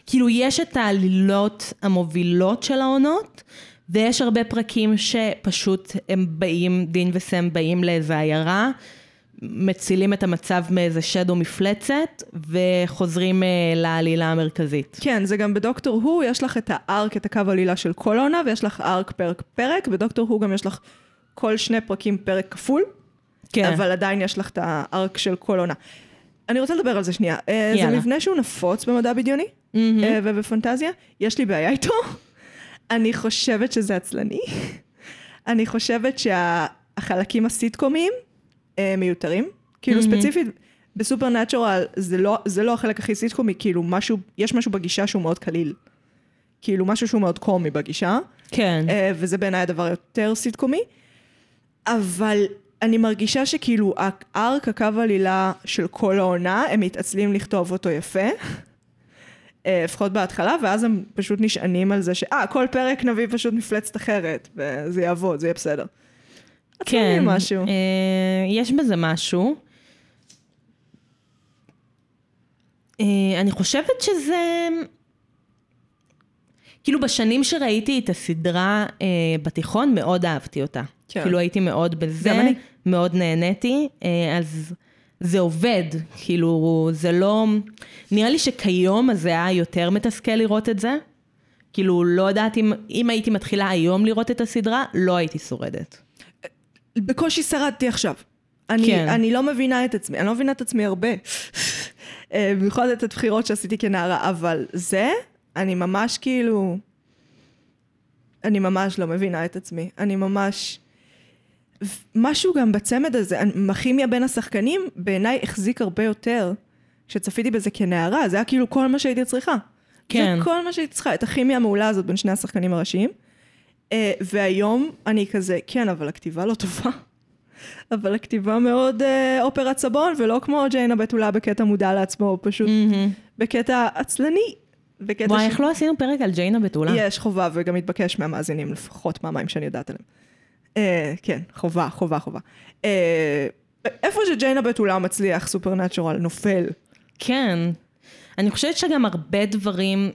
כאילו יש את העלילות המובילות של העונות, ויש הרבה פרקים שפשוט הם באים, דין וסם באים לאיזה עיירה, מצילים את המצב מאיזה שד או מפלצת, וחוזרים אה, לעלילה המרכזית.
כן, זה גם בדוקטור הו, יש לך את הארק, את הקו עלילה של כל העונה, ויש לך ארק פרק פרק, בדוקטור הו גם יש לך כל שני פרקים פרק כפול,
כן.
אבל עדיין יש לך את הארק של כל עונה. אני רוצה לדבר על זה שנייה. אה, זה
יאללה.
מבנה שהוא נפוץ במדע בדיוני אה, ובפנטזיה, יש לי בעיה איתו. [laughs] אני חושבת שזה עצלני. [laughs] אני חושבת שהחלקים הסיטקומיים אה, מיותרים. כאילו ספציפית, בסופרנטורל זה לא, זה לא החלק הכי סיטקומי, כאילו משהו, יש משהו בגישה שהוא מאוד קליל. כאילו משהו שהוא מאוד קומי בגישה.
כן.
אה, וזה בעיניי הדבר היותר סיטקומי. אבל אני מרגישה שכאילו הארק, הקו עלילה של כל העונה, הם מתעצלים לכתוב אותו יפה. אה, לפחות בהתחלה, ואז הם פשוט נשענים על זה ש... אה, כל פרק נביא פשוט מפלצת אחרת, וזה יעבוד, זה יהיה בסדר. עצלני
כן,
משהו.
אה, יש בזה משהו. אה, אני חושבת שזה... כאילו בשנים שראיתי את הסדרה אה, בתיכון, מאוד אהבתי אותה.
כן.
כאילו הייתי מאוד בזה,
גם אני.
מאוד נהניתי, אה, אז זה עובד, כאילו זה לא... נראה לי שכיום אז זה היה יותר מתסכל לראות את זה. כאילו לא יודעת אם, אם הייתי מתחילה היום לראות את הסדרה, לא הייתי שורדת.
בקושי שרדתי עכשיו. אני,
כן.
כן. אני לא מבינה את עצמי, אני לא מבינה את עצמי הרבה. אה, במיוחד את הבחירות שעשיתי כנערה, אבל זה, אני ממש כאילו... אני ממש לא מבינה את עצמי. אני ממש... ו- משהו גם בצמד הזה, אני- הכימיה בין השחקנים, בעיניי החזיק הרבה יותר. כשצפיתי בזה כנערה, זה היה כאילו כל מה שהייתי צריכה.
כן.
זה כל מה שהייתי צריכה, את הכימיה המעולה הזאת בין שני השחקנים הראשיים. אה, והיום אני כזה, כן, אבל הכתיבה לא טובה. [laughs] אבל הכתיבה מאוד אה, אופרת סבון, ולא כמו ג'יין הבתולה בקטע מודע לעצמו, פשוט בקטע עצלני. בקטע
וואי,
ש-
איך לא עשינו פרק על ג'יינה בתולה?
יש חובה, וגם מתבקש מהמאזינים, לפחות מהמים שאני יודעת עליהם. אה, כן, חובה, חובה, חובה. אה, איפה שג'יין הבתולה מצליח, סופרנטשורל נופל.
כן. אני חושבת שגם הרבה דברים...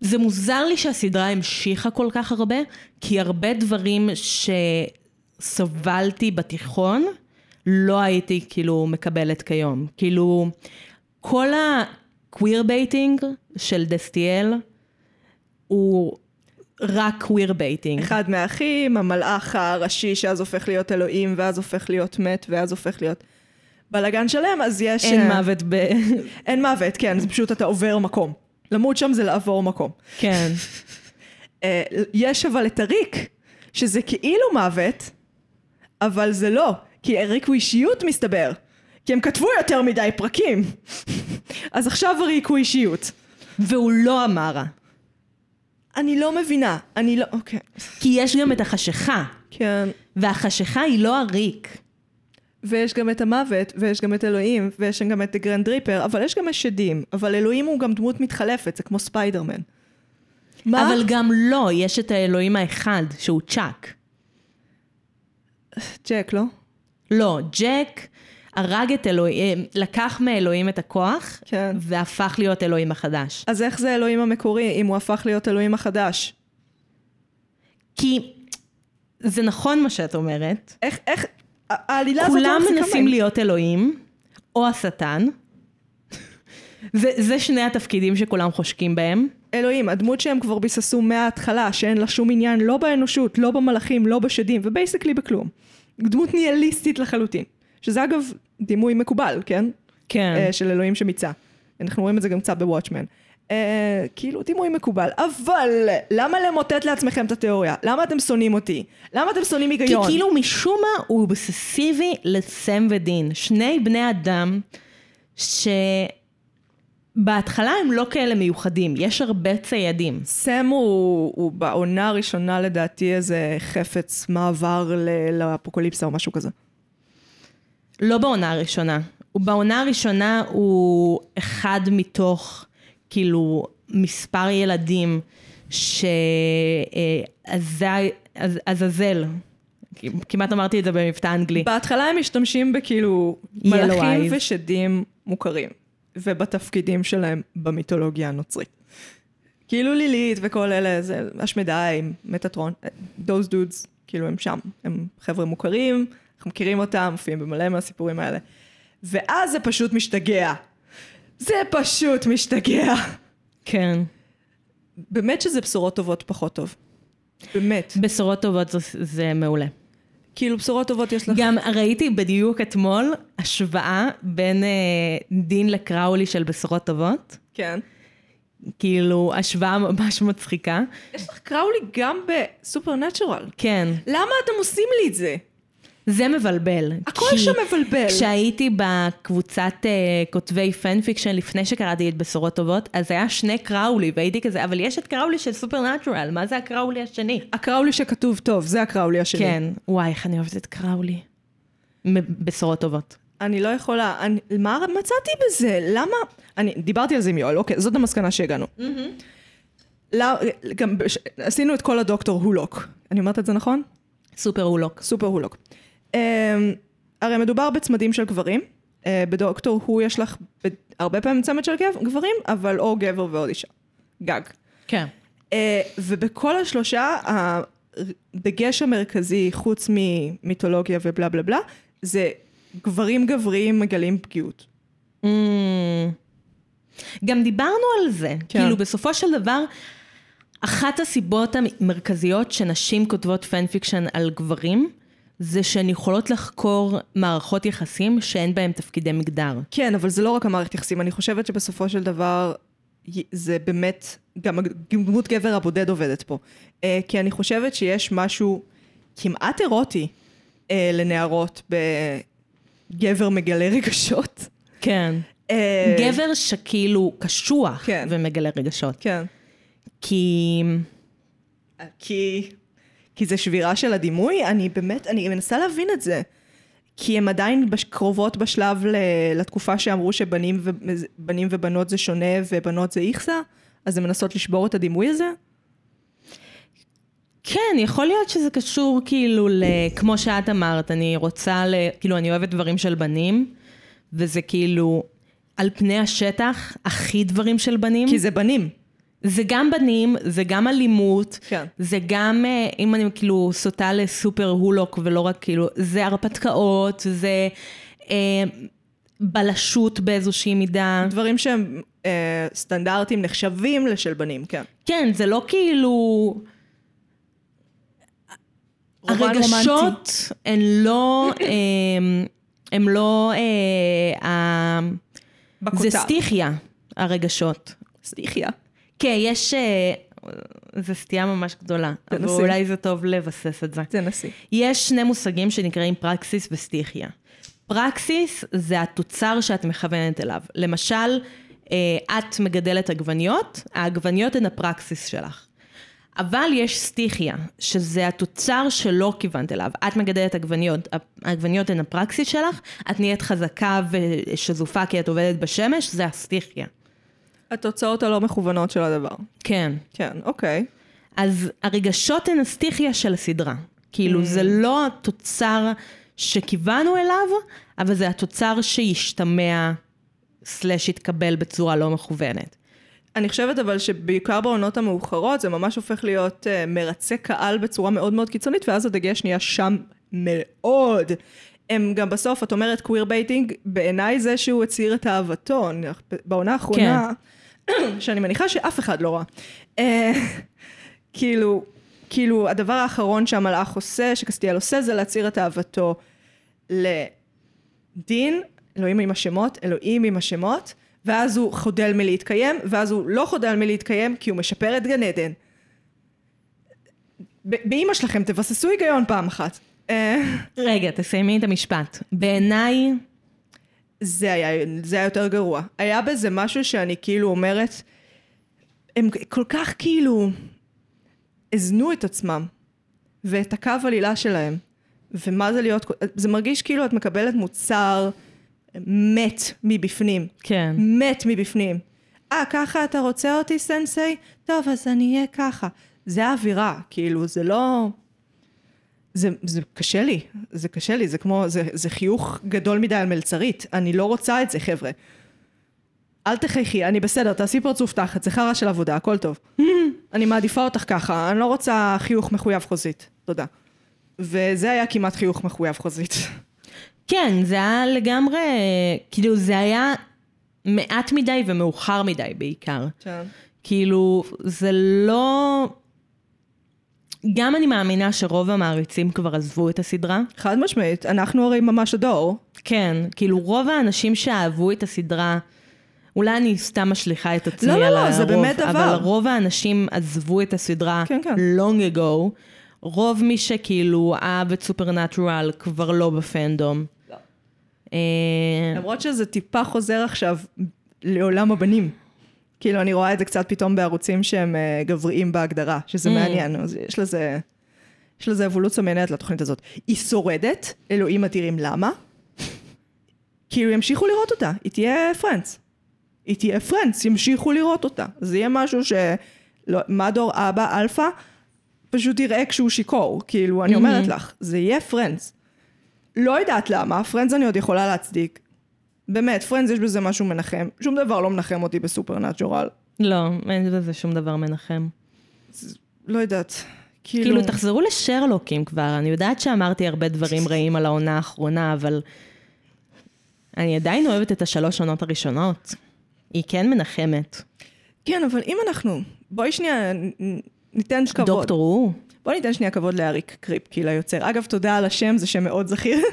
זה מוזר לי שהסדרה המשיכה כל כך הרבה, כי הרבה דברים שסבלתי בתיכון, לא הייתי כאילו מקבלת כיום. כאילו, כל הקוויר בייטינג של דסטיאל, הוא רק קוויר בייטינג.
אחד מהאחים, המלאך הראשי שאז הופך להיות אלוהים, ואז הופך להיות מת, ואז הופך להיות בלאגן שלם, אז יש...
אין
אה,
מוות ב... [laughs]
אין מוות, כן, זה פשוט אתה עובר מקום. למות שם זה לעבור מקום.
כן.
אה, יש אבל את הריק, שזה כאילו מוות, אבל זה לא, כי הריק הוא אישיות מסתבר. כי הם כתבו יותר מדי פרקים. [laughs] אז עכשיו הריק הוא אישיות.
והוא לא המרה.
אני לא מבינה, אני לא... אוקיי.
כי יש גם את החשיכה,
כן.
והחשיכה היא לא הריק.
ויש גם את המוות, ויש גם את אלוהים, ויש גם את הגרנד ריפר, אבל יש גם השדים. אבל אלוהים הוא גם דמות מתחלפת, זה כמו ספיידרמן. מה?
אבל גם לא, יש את האלוהים האחד, שהוא צ'אק.
ג'ק, לא?
לא, ג'ק הרג את אלוהים, אה, לקח מאלוהים את הכוח,
כן.
והפך להיות אלוהים החדש.
אז איך זה אלוהים המקורי, אם הוא הפך להיות אלוהים החדש?
כי זה נכון מה שאת אומרת,
איך, איך, ה- העלילה הזאת לא
כולם
מחזיקה
מנסים
מים.
להיות אלוהים, או השטן. [laughs] זה, זה שני התפקידים שכולם חושקים בהם.
אלוהים, הדמות שהם כבר ביססו מההתחלה, שאין לה שום עניין לא באנושות, לא במלאכים, לא בשדים, ובייסקלי בכלום. דמות ניהליסטית לחלוטין. שזה אגב דימוי מקובל, כן?
כן.
אה, של אלוהים שמיצה. אנחנו רואים את זה גם קצת בוואטשמן. אה, כאילו, דימוי מקובל. אבל, למה למוטט לעצמכם את התיאוריה? למה אתם שונאים אותי? למה אתם שונאים
כי
היגיון?
כאילו משום מה הוא אובססיבי לסם ודין. שני בני אדם שבהתחלה הם לא כאלה מיוחדים, יש הרבה ציידים.
סם הוא, הוא בעונה הראשונה לדעתי איזה חפץ מעבר ל- לאפוקוליפסה או משהו כזה.
לא בעונה הראשונה. הוא- בעונה הראשונה הוא אחד מתוך כאילו מספר ילדים שעזאזל, כמעט אמרתי את זה במבטא אנגלי.
בהתחלה הם משתמשים בכאילו
Yellow
מלאכים
eyes.
ושדים מוכרים, ובתפקידים שלהם במיתולוגיה הנוצרית. כאילו לילית וכל אלה, זה השמדיים, מטאטרון, those dudes, כאילו הם שם, הם חבר'ה מוכרים, אנחנו מכירים אותם, מופיעים במלא מהסיפורים האלה. ואז זה פשוט משתגע. זה פשוט משתגע.
כן.
באמת שזה בשורות טובות פחות טוב. באמת.
בשורות טובות זה, זה מעולה.
כאילו בשורות טובות יש לך.
גם ראיתי בדיוק אתמול השוואה בין אה, דין לקראולי של בשורות טובות.
כן.
כאילו, השוואה ממש מצחיקה.
יש לך קראולי גם בסופרנצ'רל.
כן.
למה אתם עושים לי את זה?
זה מבלבל.
הכל
כי
שם מבלבל.
כשהייתי בקבוצת uh, כותבי פנפיקשן לפני שקראתי את בשורות טובות, אז היה שני קראולי, והייתי כזה, אבל יש את קראולי של סופרנטורל, מה זה הקראולי השני?
הקראולי שכתוב טוב, זה הקראולי השני.
כן, וואי, איך אני אוהבת את קראולי. מ- בשורות טובות.
אני לא יכולה, אני, מה מצאתי בזה? למה? אני דיברתי על זה עם יואל, אוקיי, זאת המסקנה שהגענו. לא- גם בש- עשינו את כל הדוקטור הולוק. אני אומרת את זה נכון?
סופר הולוק.
סופר הולוק. אמ, הרי מדובר בצמדים של גברים. אה, בדוקטור הוא יש לך ב- הרבה פעמים צמד של גב- גברים, אבל או גבר ועוד אישה. גג.
כן.
אה, ובכל השלושה, הדגש המרכזי, חוץ ממיתולוגיה ובלה בלה בלה, זה גברים גבריים מגלים פגיעות.
גם דיברנו על זה.
כן.
כן. כאילו, בסופו של דבר, אחת הסיבות המרכזיות שנשים כותבות פנפיקשן על גברים, זה שהן יכולות לחקור מערכות יחסים שאין בהן תפקידי מגדר.
כן, אבל זה לא רק המערכת יחסים, אני חושבת שבסופו של דבר י- זה באמת, גם הג- דמות גבר הבודד עובדת פה. אה, כי אני חושבת שיש משהו כמעט אירוטי אה, לנערות בגבר מגלה רגשות.
כן.
אה,
גבר שכאילו קשוח
כן.
ומגלה רגשות.
כן.
כי...
כי... כי זה שבירה של הדימוי? אני באמת, אני מנסה להבין את זה. כי הם עדיין בש- קרובות בשלב ל... לתקופה שאמרו שבנים ו... בנים ובנות זה שונה ובנות זה איכסה, אז הן מנסות לשבור את הדימוי הזה?
כן, יכול להיות שזה קשור כאילו ל... כמו שאת אמרת, אני רוצה ל... כאילו, אני אוהבת דברים של בנים, וזה כאילו... על פני השטח, הכי דברים של בנים.
כי זה בנים.
זה גם בנים, זה גם אלימות,
כן.
זה גם, אה, אם אני כאילו סוטה לסופר הולוק ולא רק כאילו, זה הרפתקאות, זה אה, בלשות באיזושהי מידה.
דברים שהם אה, סטנדרטים נחשבים לשל בנים, כן.
כן, זה לא כאילו...
רומן רומנטי.
הרגשות הן לא, אה, הם לא, אה, ה-
בקוטה.
זה סטיחיה, הרגשות.
סטיחיה.
כן, יש, אה, זו סטייה ממש גדולה, אבל
תנסי.
אולי זה טוב לבסס את זה.
תנסי.
יש שני מושגים שנקראים פרקסיס וסטיחיה. פרקסיס זה התוצר שאת מכוונת אליו. למשל, אה, את מגדלת עגבניות, העגבניות הן הפרקסיס שלך. אבל יש סטיחיה, שזה התוצר שלא כיוונת אליו. את מגדלת עגבניות, העגבניות הן הפרקסיס שלך, את נהיית חזקה ושזופה כי את עובדת בשמש, זה הסטיחיה.
התוצאות הלא מכוונות של הדבר.
כן.
כן, אוקיי.
אז הרגשות הן הסטיחיה של הסדרה. כאילו, זה לא התוצר שכיוונו אליו, אבל זה התוצר שהשתמע סלאש התקבל בצורה לא מכוונת.
אני חושבת אבל שבעיקר בעונות המאוחרות זה ממש הופך להיות uh, מרצה קהל בצורה מאוד מאוד קיצונית ואז הדגש נהיה שם מאוד. הם גם בסוף, את אומרת קוויר בייטינג, בעיניי זה שהוא הצהיר את אהבתו, אני- בעונה האחרונה, כן. [coughs] שאני מניחה שאף אחד לא ראה. אה, כאילו, כאילו הדבר האחרון שהמלאך עושה, שקסטיאל עושה, זה להצהיר את אהבתו לדין, אלוהים עם השמות, אלוהים עם השמות, ואז הוא חודל מלהתקיים, ואז הוא לא חודל מלהתקיים כי הוא משפר את גן עדן. ב- באימא שלכם תבססו היגיון פעם אחת. אה,
רגע, תסיימי את המשפט. בעיניי,
זה היה, זה היה יותר גרוע. היה בזה משהו שאני כאילו אומרת, הם כל כך כאילו הזנו את עצמם ואת הקו עלילה שלהם. ומה זה להיות, זה מרגיש כאילו את מקבלת מוצר מת מבפנים.
כן.
מת מבפנים. אה, ככה אתה רוצה אותי, סנסי? טוב, אז אני אהיה ככה. זה האווירה, כאילו, זה לא... זה, זה קשה לי, זה קשה לי, זה כמו, זה, זה חיוך גדול מדי על מלצרית. אני לא רוצה את זה, חבר'ה. אל תחייכי, אני בסדר, תעשי פרצוף תחת, זה חרא של עבודה, הכל טוב. אני מעדיפה אותך ככה, אני לא רוצה חיוך מחויב חוזית. תודה. וזה היה כמעט חיוך מחויב חוזית.
כן, זה היה לגמרי, כאילו זה היה מעט מדי ומאוחר מדי בעיקר.
כן.
כאילו, זה לא... גם אני מאמינה שרוב המעריצים כבר עזבו את הסדרה.
חד משמעית, אנחנו הרי ממש הדור.
כן, כאילו רוב האנשים שאהבו את הסדרה, אולי אני סתם משליכה את עצמי
לא,
על
לא,
הרוב,
לא, זה באמת
אבל
עבר.
רוב האנשים עזבו את הסדרה
כן, כן.
long ago. רוב מי שכאילו אהב את סופרנטרל כבר לא בפנדום.
לא.
אה,
למרות שזה טיפה חוזר עכשיו לעולם הבנים. כאילו, אני רואה את זה קצת פתאום בערוצים שהם אה, גבריים בהגדרה, שזה מעניין, אז יש לזה... יש לזה אבולוציה מעניינת לתוכנית הזאת. היא שורדת, אלוהים אדירים, למה? כאילו ימשיכו לראות אותה, היא תהיה פרנץ. היא תהיה פרנץ, ימשיכו לראות אותה. זה יהיה משהו ש... לא, מדור אבא אלפא פשוט יראה כשהוא שיכור, כאילו, אני אומרת לך, זה יהיה פרנץ. לא יודעת למה, פרנץ אני עוד יכולה להצדיק. באמת, פרנץ יש בזה משהו מנחם. שום דבר לא מנחם אותי בסופרנטורל.
לא, אין בזה שום דבר מנחם.
לא יודעת. כאילו...
כאילו, תחזרו לשרלוקים כבר. אני יודעת שאמרתי הרבה דברים רעים על העונה האחרונה, אבל... אני עדיין אוהבת את השלוש עונות הראשונות. היא כן מנחמת.
כן, אבל אם אנחנו... בואי שנייה, נ- נ- ניתן כבוד.
דוקטור הוא.
בוא ניתן שנייה כבוד לאריק קריפ, כאילו היוצר. אגב, תודה על השם, זה שם מאוד זכיר. [laughs]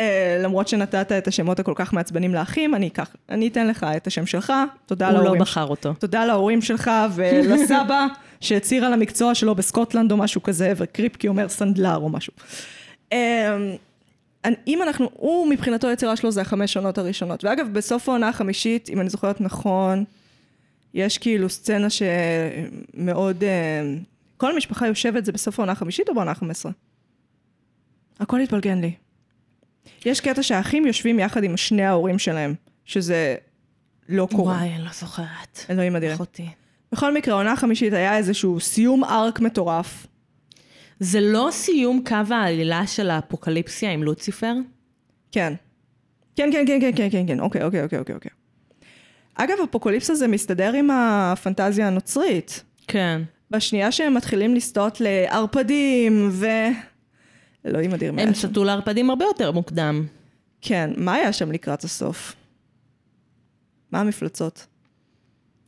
אה, למרות שנתת את השמות הכל כך מעצבנים לאחים, אני אקח, אני אתן לך את השם שלך, תודה
הוא
להורים.
לא בחר אותו.
תודה להורים שלך ולסבא שהצהיר על המקצוע שלו בסקוטלנד או משהו כזה, וקריפקי אומר סנדלר או משהו. אמ, אני- אם אנחנו, הוא מבחינתו היצירה שלו זה החמש שנות הראשונות. ואגב, בסוף העונה החמישית, אם אני זוכרת נכון, יש כאילו סצנה שמאוד... אמ, כל המשפחה יושבת, זה בסוף העונה החמישית או בעונה החמש עשרה? הכל התבלגן לי. יש קטע שהאחים יושבים יחד עם שני ההורים שלהם, שזה לא קורה.
אני לא זוכרת.
אלוהים אדירים.
אחותי.
בכל מקרה, העונה החמישית היה איזשהו סיום ארק מטורף.
זה לא סיום קו העלילה של האפוקליפסיה עם לוציפר?
כן. כן, כן, כן, כן, כן, כן, כן, אוקיי, אוקיי, אוקיי, אוקיי. אוקיי. אגב, אפוקוליפסה זה מסתדר עם הפנטזיה הנוצרית.
כן.
בשנייה שהם מתחילים לסטות לערפדים ו... אלוהים אדיר מה
הם
היה שם.
שתו לערפדים הרבה יותר מוקדם.
כן, מה היה שם לקראת הסוף? מה המפלצות?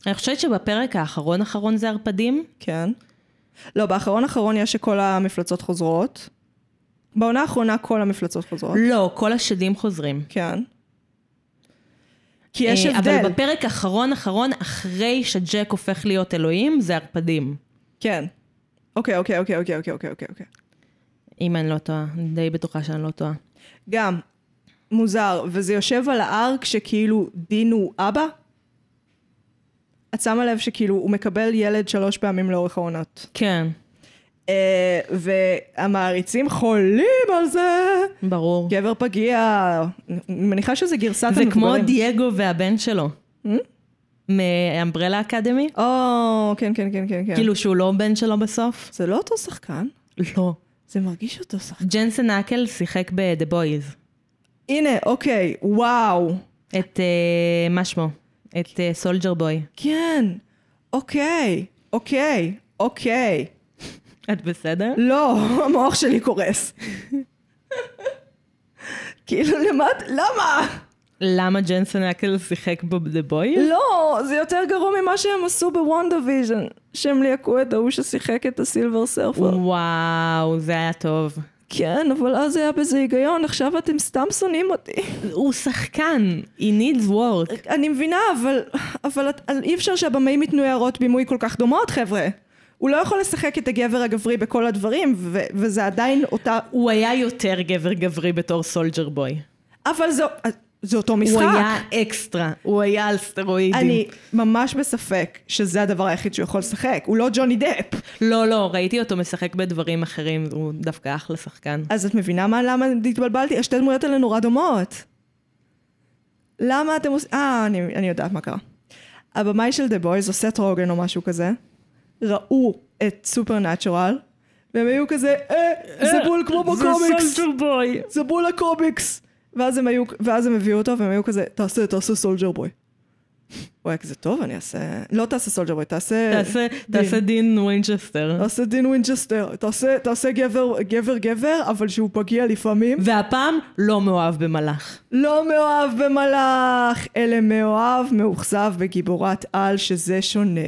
אני חושבת שבפרק האחרון אחרון זה ערפדים.
כן. לא, באחרון אחרון יש שכל המפלצות חוזרות. בעונה האחרונה כל המפלצות חוזרות.
לא, כל השדים חוזרים.
כן. כי יש
אה,
הבדל.
אבל בפרק אחרון אחרון, אחרי שג'ק הופך להיות אלוהים, זה ערפדים.
כן. אוקיי, אוקיי, אוקיי, אוקיי, אוקיי, אוקיי, אוקיי, אוקיי.
אם אני לא טועה, אני די בטוחה שאני לא טועה.
גם, מוזר, וזה יושב על הארק שכאילו דין הוא אבא? את שמה לב שכאילו הוא מקבל ילד שלוש פעמים לאורך העונות.
כן,
אה, והמעריצים חולים על זה!
ברור.
גבר פגיע, אני מניחה שזה גרסת
זה
המבוגרים.
כמו דייגו והבן שלו. Hmm? מאמברלה אקדמי?
או, כן, כן, כן, כן, כן.
כאילו שהוא לא בן שלו בסוף?
זה לא אותו שחקן,
לא.
זה מרגיש אותו שחקן.
ג'נסן אקל שיחק ב-The Boys.
הנה, אוקיי, וואו.
את, אה, מה שמו? את אה, סולג'ר בוי.
כן, אוקיי, אוקיי, אוקיי.
את בסדר?
לא, [laughs] המוח שלי קורס. [laughs] כאילו, למה? את- למה?
למה ג'נסן אקל שיחק ב-The Boys?
לא, זה יותר גרוע ממה שהם עשו בוונדוויז'ן, שהם ליהקו את ההוא ששיחק את הסילבר סרפר.
וואו, זה היה טוב.
כן, אבל אז היה בזה היגיון, עכשיו אתם סתם שונאים אותי. [laughs]
הוא שחקן, he needs work.
אני מבינה, אבל, אבל את- אבל אי אפשר שהבמאים ייתנו הערות בימוי כל כך דומות, חבר'ה. הוא לא יכול לשחק את הגבר הגברי בכל הדברים, ו- וזה עדיין אותה...
הוא היה יותר גבר גברי בתור סולג'ר בוי.
אבל זה, זה אותו משחק.
הוא היה אקסטרה, הוא היה על סטרואידים.
אני ממש בספק שזה הדבר היחיד שהוא יכול לשחק, הוא לא ג'וני דפ.
לא, לא, ראיתי אותו משחק בדברים אחרים, הוא דווקא אחלה שחקן.
אז את מבינה מה, למה התבלבלתי? השתי דמויות האלה נורא דומות. למה אתם עושים... אה, אני, אני יודעת מה קרה. הבמאי של דה בויז, או סט רוגן או משהו כזה, ראו את סופרנצ'ורל, והם היו כזה, אה, זה בול כמו בקומיקס, אה,
בוי.
זה בול הקומיקס. ואז הם, היו, ואז הם הביאו אותו, והם היו כזה, תעשה, תעשה סולג'ר בוי. וואק, זה טוב, אני אעשה... לא תעשה סולג'ר בוי, תעשה...
תעשה- תעשה דין וינצ'סטר.
תעשה דין ווינג'סטר, תעשה, תעשה גבר, גבר גבר, אבל שהוא פגיע לפעמים.
והפעם לא מאוהב במלאך.
לא מאוהב במלאך, אלא מאוהב מאוכזב בגיבורת על, שזה שונה.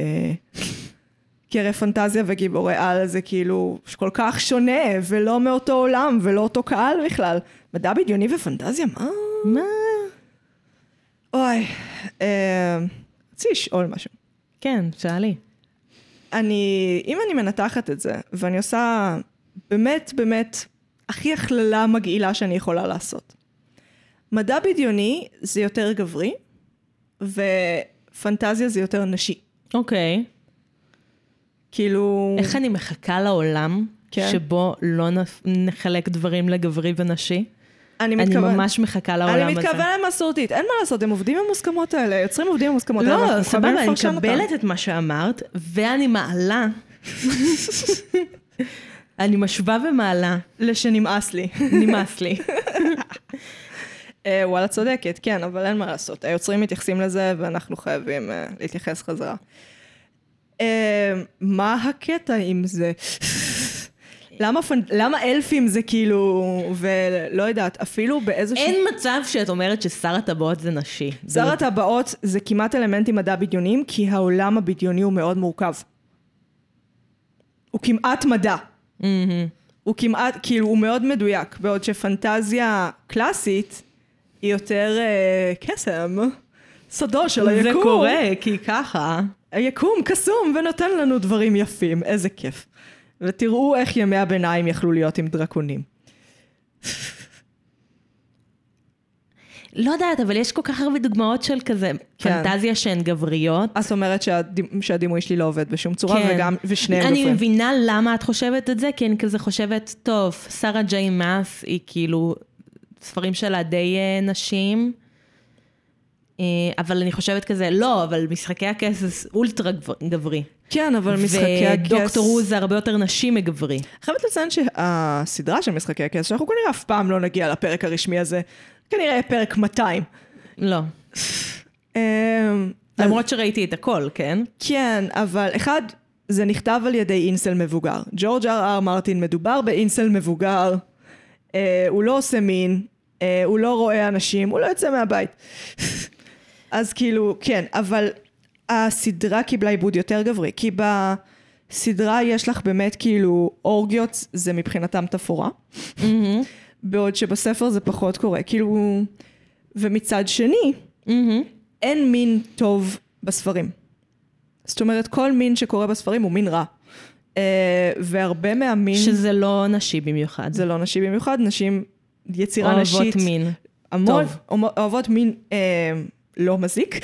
כי הרי פנטזיה וגיבורי על זה כאילו כל כך שונה, ולא מאותו עולם, ולא אותו קהל בכלל. מדע בדיוני ופנטזיה, מה?
מה?
אוי, אה, רציתי לשאול משהו.
כן, שאלי.
אני, אם אני מנתחת את זה, ואני עושה באמת באמת הכי הכללה מגעילה שאני יכולה לעשות. מדע בדיוני זה יותר גברי, ופנטזיה זה יותר נשי.
אוקיי.
כאילו...
איך אני מחכה לעולם
כן.
שבו לא נ- נחלק דברים לגברי ונשי?
אני
אני
מתכוונת...
ממש מחכה לעולם הזה.
אני מתכוונת מסורתית, אין מה לעשות, הם עובדים עם המוסכמות האלה, יוצרים עובדים עם המוסכמות האלה.
לא,
אנחנו
סבבה,
חייבים
אני
לפרשן אותם.
מקבלת את מה שאמרת, ואני [laughs] מעלה. אני משווה ומעלה.
לשנמאס לי.
נמאס [laughs] לי.
אה, וואלה, צודקת, כן, אבל אין מה לעשות. היוצרים מתייחסים לזה, ואנחנו חייבים אה, להתייחס חזרה. אה, מה הקטע עם זה? למה, פנ... למה אלפים זה כאילו, ולא יודעת, אפילו באיזשהו...
אין מצב שאת אומרת ששר הטבעות זה נשי.
שר הטבעות זה כמעט אלמנטים מדע בדיוניים, כי העולם הבדיוני הוא מאוד מורכב. הוא כמעט מדע. הוא כמעט, כאילו, הוא מאוד מדויק, בעוד שפנטזיה קלאסית היא יותר אה, קסם. סודו של
זה
היקום.
קורה, כי ככה.
היקום קסום ונותן לנו דברים יפים, איזה כיף. ותראו איך ימי הביניים יכלו להיות עם דרקונים.
לא יודעת, אבל יש כל כך הרבה דוגמאות של כזה
כן.
פנטזיה שהן גבריות.
את אומרת שהדימ- שהדימוי שלי לא עובד בשום צורה,
כן.
וגם, ושניהם
אני
גברים.
מבינה למה את חושבת את זה, כי אני כזה חושבת, טוב, שרה ג'יי מאס היא כאילו, ספרים שלה די אה, נשים, אה, אבל אני חושבת כזה, לא, אבל משחקי הכס זה אולטרה גב- גברי.
כן, אבל משחקי הכס...
ודוקטור רו זה הרבה יותר נשי מגברי.
חייבת לציין שהסדרה של משחקי הכס, שאנחנו כנראה אף פעם לא נגיע לפרק הרשמי הזה, כנראה פרק 200.
לא.
אמ, אז-
למרות שראיתי את הכל, כן?
כן, אבל אחד, זה נכתב על ידי אינסל מבוגר. ג'ורג' אר אר מרטין, מדובר באינסל מבוגר, אה, הוא לא עושה מין, אה, הוא לא רואה אנשים, הוא לא יוצא מהבית. [laughs] אז כאילו, כן, אבל הסדרה קיבלה עיבוד יותר גברי, כי בסדרה יש לך באמת כאילו אורגיות, זה מבחינתם תפאורה, בעוד שבספר זה פחות קורה, כאילו... ומצד שני, אין מין טוב בספרים. זאת אומרת, כל מין שקורה בספרים הוא מין רע. אה, והרבה מהמין,
שזה לא נשי במיוחד.
זה לא נשים במיוחד, נשים, יצירה נשית. אה,
אוהבות מין.
המון,
טוב.
טוב. אוהבות מין אה, לא מזיק.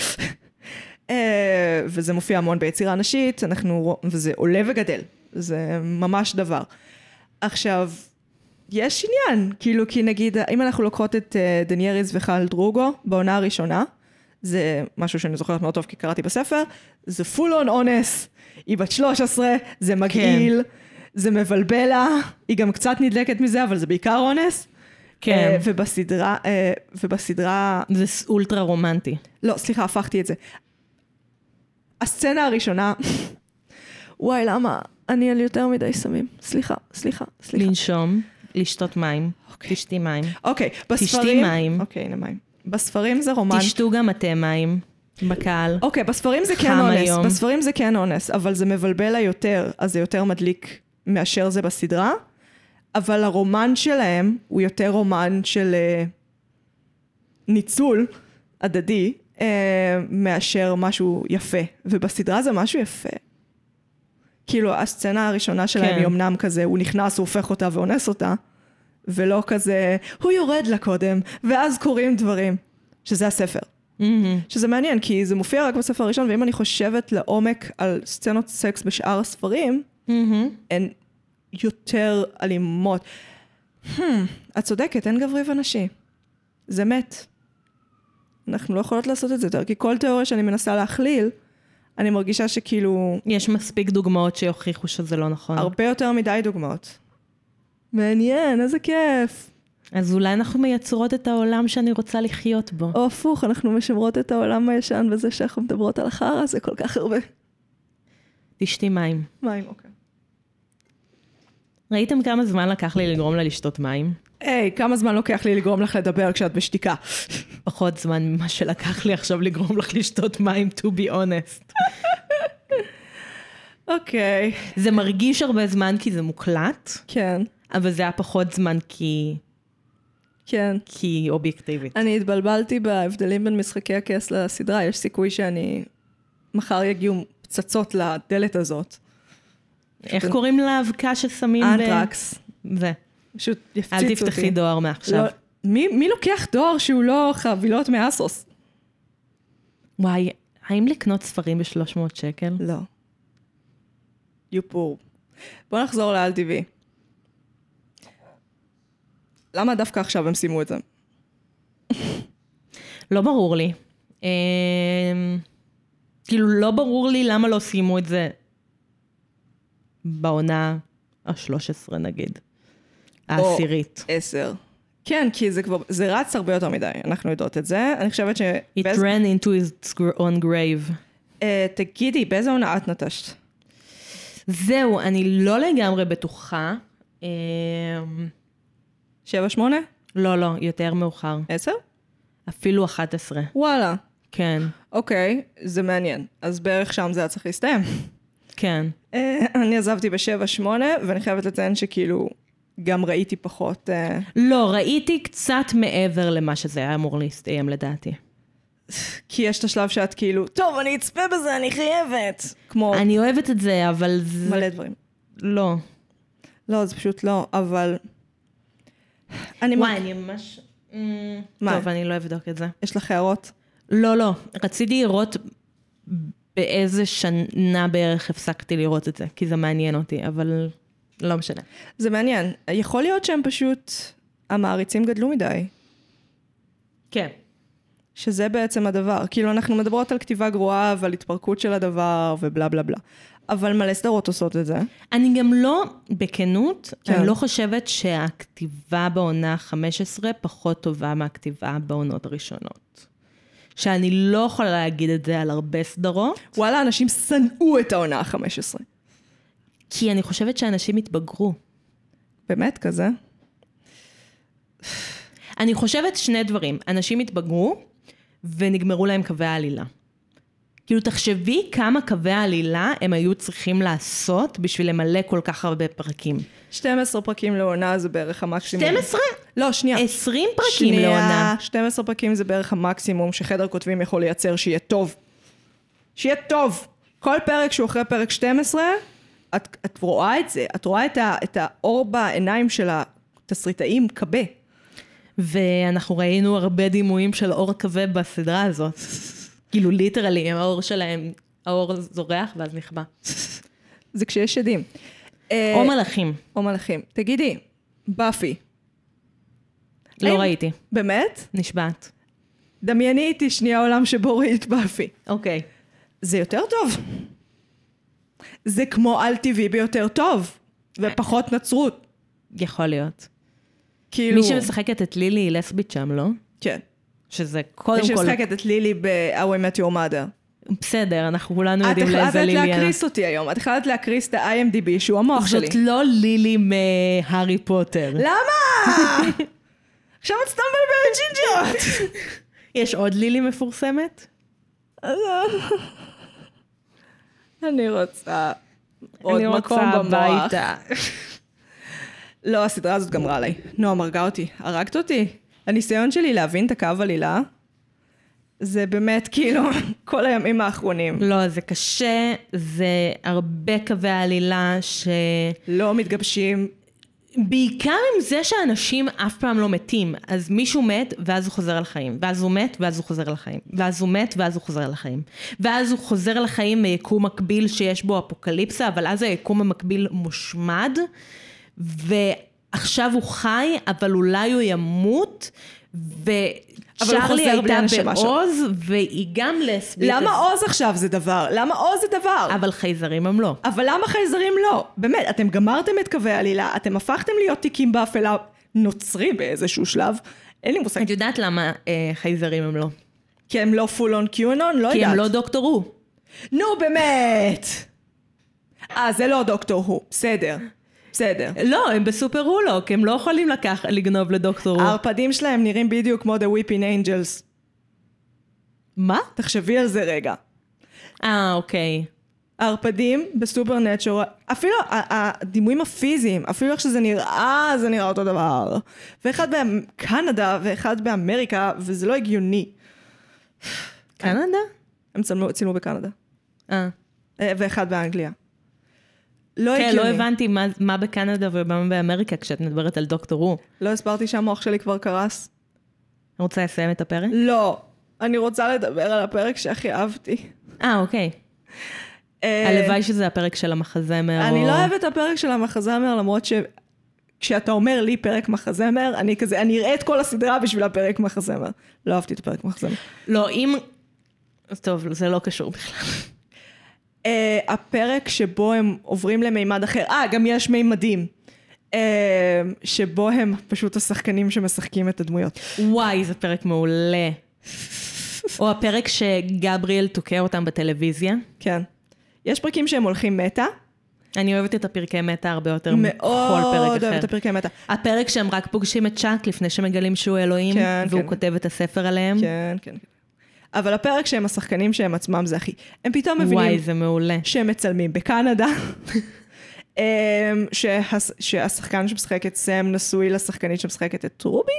אה, וזה מופיע המון ביצירה נשית, אנחנו, וזה עולה וגדל. זה ממש דבר. עכשיו, יש עניין, כאילו, כי נגיד, אם אנחנו לוקחות את אה, דנייריס וחל דרוגו בעונה הראשונה, זה משהו שאני זוכרת מאוד טוב כי קראתי בספר, זה פול און אונס, היא בת 13, זה מגעיל, זה מבלבל לה, היא גם קצת נדלקת מזה, אבל זה בעיקר אונס.
כן.
אה, ובסדרה, אה, ובסדרה,
זה ס- אולטרה רומנטי.
לא, סליחה, הפכתי את זה. הסצנה הראשונה, [laughs] וואי, למה? אני על יותר מדי סמים. סליחה, סליחה, סליחה.
לנשום, לשתות מים,
אוקיי.
תשתי מים.
אוקיי, בספרים...
מים.
אוקיי, הנה מים. בספרים זה רומן.
תשתו גם אתם מים בקהל.
אוקיי, בספרים זה
חם
כן אונס.
היום.
בספרים זה כן אונס, אבל זה מבלבל לה יותר, אז זה יותר מדליק מאשר זה בסדרה. אבל הרומן שלהם הוא יותר רומן של אה, ניצול הדדי, אה, מאשר משהו יפה. ובסדרה זה משהו יפה. כאילו, הסצנה הראשונה שלהם
כן.
היא אמנם כזה, הוא נכנס, הוא הופך אותה ואונס אותה, ולא כזה, הוא יורד לה קודם, ואז קורים דברים, שזה הספר. שזה מעניין, כי זה מופיע רק בספר הראשון, ואם אני חושבת לעומק על סצנות סקס בשאר הספרים, הן יותר אלימות. Hmm, את צודקת, אין גברי ונשי. זה מת. אנחנו לא יכולות לעשות את זה יותר, כי כל תיאוריה שאני מנסה להכליל, אני מרגישה שכאילו,
יש מספיק דוגמאות שיוכיחו שזה לא נכון.
הרבה יותר מדי דוגמאות. מעניין, איזה כיף.
אז אולי אנחנו מייצרות את העולם שאני רוצה לחיות בו.
או הפוך, אנחנו משמרות את העולם הישן בזה שאנחנו מדברות על החרא, זה כל כך הרבה
תשתי מים.
מים, אוקיי.
ראיתם כמה זמן לקח לי לגרום לה לשתות מים?
היי, כמה זמן לוקח לי לגרום לך לדבר כשאת בשתיקה?
פחות זמן ממה שלקח לי עכשיו לגרום לך לשתות מים, to be honest.
אוקיי.
זה מרגיש הרבה זמן כי זה מוקלט,
כן,
אבל זה היה פחות זמן כי...
כן.
כי אובייקטיבית.
אני התבלבלתי בהבדלים בין משחקי הכס לסדרה, יש סיכוי שאני... מחר יגיעו פצצות לדלת הזאת.
איך קוראים לאבקה ששמים ב...
אנטרקס.
זה.
פשוט יפציצו
אל
אותי.
תפתחי דואר מעכשיו.
לא, מי, מי לוקח דואר שהוא לא חבילות מאסוס?
וואי, האם לקנות ספרים ב-300 שקל?
לא. יופור. בוא נחזור לאל טבעי. למה דווקא עכשיו הם סיימו את זה?
לא ברור לי. אמ, כאילו, לא ברור לי למה לא סיימו את זה בעונה ה-13 נגיד. העשירית.
עשר. כן, כי זה כבר, זה רץ הרבה יותר מדי, אנחנו יודעות את זה. אני חושבת ש...
It
באיזה-
ran into its gr- own grave.
אה, תגידי, באיזה עונה את נטשת?
זהו, אני לא לגמרי בטוחה. אמ,
שבע, שמונה?
לא, לא, יותר מאוחר.
עשר?
אפילו 11.
וואלה.
כן,
אוקיי, זה מעניין. אז בערך שם זה היה צריך להסתיים. [laughs]
כן.
אה, אני עזבתי בשבע, שמונה, ואני חייבת לציין שכאילו, גם ראיתי פחות... אה,
לא, ראיתי קצת מעבר למה שזה היה אמור להסתיים לדעתי.
כי יש את השלב שאת כאילו, טוב, אני אצפה בזה, אני חייבת. כמו
אני אוהבת את זה, אבל זה...
מלא דברים.
לא.
לא, זה פשוט לא, אבל... אני...
וואי, אני ממש... אמ,
מה?
טוב, אני לא אבדוק את זה.
יש לך הערות?
לא, לא. רציתי לראות באיזה שנה בערך הפסקתי לראות את זה, כי זה מעניין אותי, אבל לא משנה.
זה מעניין. יכול להיות שהם פשוט... המעריצים גדלו מדי.
כן.
שזה בעצם הדבר. כאילו, אנחנו מדברות על כתיבה גרועה ועל התפרקות של הדבר ובלה בלה בלה. אבל מלא סדרות עושות את זה.
אני גם לא, בכנות,
כן.
אני לא חושבת שהכתיבה בעונה ה-15 פחות טובה מהכתיבה בעונות הראשונות. שאני לא יכולה להגיד את זה על הרבה סדרות,
וואלה, אנשים שנאו את העונה ה-15.
כי אני חושבת שאנשים התבגרו.
באמת כזה?
אני חושבת שני דברים. אנשים התבגרו, ונגמרו להם קווי העלילה. כאילו, תחשבי כמה קווי העלילה הם היו צריכים לעשות בשביל למלא כל כך הרבה פרקים.
12 פרקים לעונה זה בערך המקסימום.
12?
לא, שנייה.
20 פרקים לעונה.
12 פרקים זה בערך המקסימום שחדר כותבים יכול לייצר שיהיה טוב. שיהיה טוב. כל פרק שהוא אחרי פרק 12, את, את רואה את זה, את רואה את, ה, את האור בעיניים של התסריטאים כבה.
ואנחנו ראינו הרבה דימויים של אור כבד בסדרה הזאת. כאילו, ליטרלי, האור שלהם, האור זורח ואז נכבה.
זה כשיש עדים. אה,
או מלאכים,
או מלאכים. תגידי, באפי.
לא
האם-
ראיתי,
באמת?
נשבעת.
דמייני איתי שנייה עולם שבו ראית באפי.
אוקיי.
זה יותר טוב. זה כמו על טבעי ביותר טוב, ופחות נצרות.
יכול להיות.
כאילו...
מי שמשחקת את לילי היא לסבית שם, לא?
כן.
שזה
מי
קודם כל...
שמשחקת את לילי ב-How I Met Your Mother.
בסדר, אנחנו כולנו
את
יודעים לאיזה
החלטת
לילי אנחנו.
להקריס אותי היום, את החלטת להקריס את ה-IMDB שהוא המוח שלי. לא.
זאת לא לילי מהארי פוטר.
[laughs] למה? עכשיו את סתם מבלבלת ג'ינג'ר.
יש עוד לילי מפורסמת?
[laughs] אני רוצה עוד
אני
מקום
רוצה
במוח.
הביתה.
[laughs] לא, הסדרה הזאת גמרה עליי. נועם הרגה אותי. הרגת אותי. הניסיון שלי להבין את הקו עלילה, זה באמת כאילו [laughs] כל הימים האחרונים.
לא, זה קשה, זה הרבה קווי עלילה ש...
לא מתגבשים.
בעיקר עם זה שאנשים אף פעם לא מתים. אז מישהו מת, ואז הוא חוזר לחיים. ואז הוא מת, ואז הוא חוזר לחיים. ואז הוא מת, ואז הוא חוזר לחיים. ואז הוא חוזר לחיים מיקום מקביל שיש בו אפוקליפסה, אבל אז היקום המקביל מושמד, ועכשיו הוא חי, אבל אולי הוא ימות,
אבל הוא
וצ'רלי
חוזר בלי
הייתה
הנשמה שלו.
בעוז, והיא גם לסבית.
למה
אז-
עוז עכשיו זה דבר? למה עוז זה דבר?
אבל חייזרים הם לא.
אבל למה חייזרים לא? באמת, אתם גמרתם את קווי העלילה, אתם הפכתם להיות תיקים באפלה נוצרי באיזשהו שלב. אין לי מושג.
את יודעת למה אה, חייזרים הם לא?
כי הם לא פול און קיואנון? לא יודעת.
כי הם לא דוקטור הוא.
נו באמת! אה, זה לא דוקטור הוא. בסדר. בסדר.
לא, הם בסופר הולוק, הם לא יכולים לקח, לגנוב לדוקטור הוא.
הערפדים שלהם נראים בדיוק כמו The Weeping Angels.
מה?
תחשבי על זה רגע.
אה, אוקיי.
הערפדים בסופרנטשורל, אפילו ה- ה- הדימויים הפיזיים, אפילו איך שזה נראה, זה נראה אותו דבר. ואחד בקנדה ואחד באמריקה, וזה לא הגיוני.
קנדה?
הם צלמו, צילמו בקנדה.
אה.
אה, ואחד באנגליה. לא
כן,
הגיוני.
לא הבנתי מה- מה בקנדה ומה באמריקה כשאת מדברת על דוקטור הוא.
לא הסברתי שהמוח שלי כבר קרס.
אני רוצה לסיים את הפרק?
לא. אני רוצה לדבר על הפרק שהכי אהבתי.
אה, אוקיי.
אה,
הלוואי שזה הפרק של המחזמר.
אני
או-
לא אוהבת את הפרק של המחזמר, למרות ש... כשאתה אומר לי פרק מחזמר, אני כזה, אני אראה את כל הסדרה בשביל הפרק מחזמר. לא אהבתי את הפרק מחזמר.
לא, אם... טוב, זה לא קשור בכלל.
אה, הפרק שבו הם עוברים למימד אחר, אה, גם יש מימדים. אה, שבו הם פשוט השחקנים שמשחקים את הדמויות.
וואי, זה פרק מעולה. או הפרק שגבריאל תוקע אותם בטלוויזיה.
כן. יש פרקים שהם הולכים מטה,
אני אוהבת את הפרקי מטא הרבה יותר מכל פרק
מאוד
אחר. Mm-hmm.
אוהבת את הפרקי מטה.
הפרק שהם רק פוגשים את צ'אק לפני שמגלים שהוא אלוהים,
כן,
והוא
כן.
כותב את הספר עליהם.
כן, כן. כן. אבל הפרק שהם השחקנים שהם עצמם זה הכי. הם פתאום מבינים
וואי, זה מעולה.
שהם מצלמים בקנדה. אמ, שהס- שהשחקן שמשחק את סם נשוי לשחקנית שמשחקת את טרובי?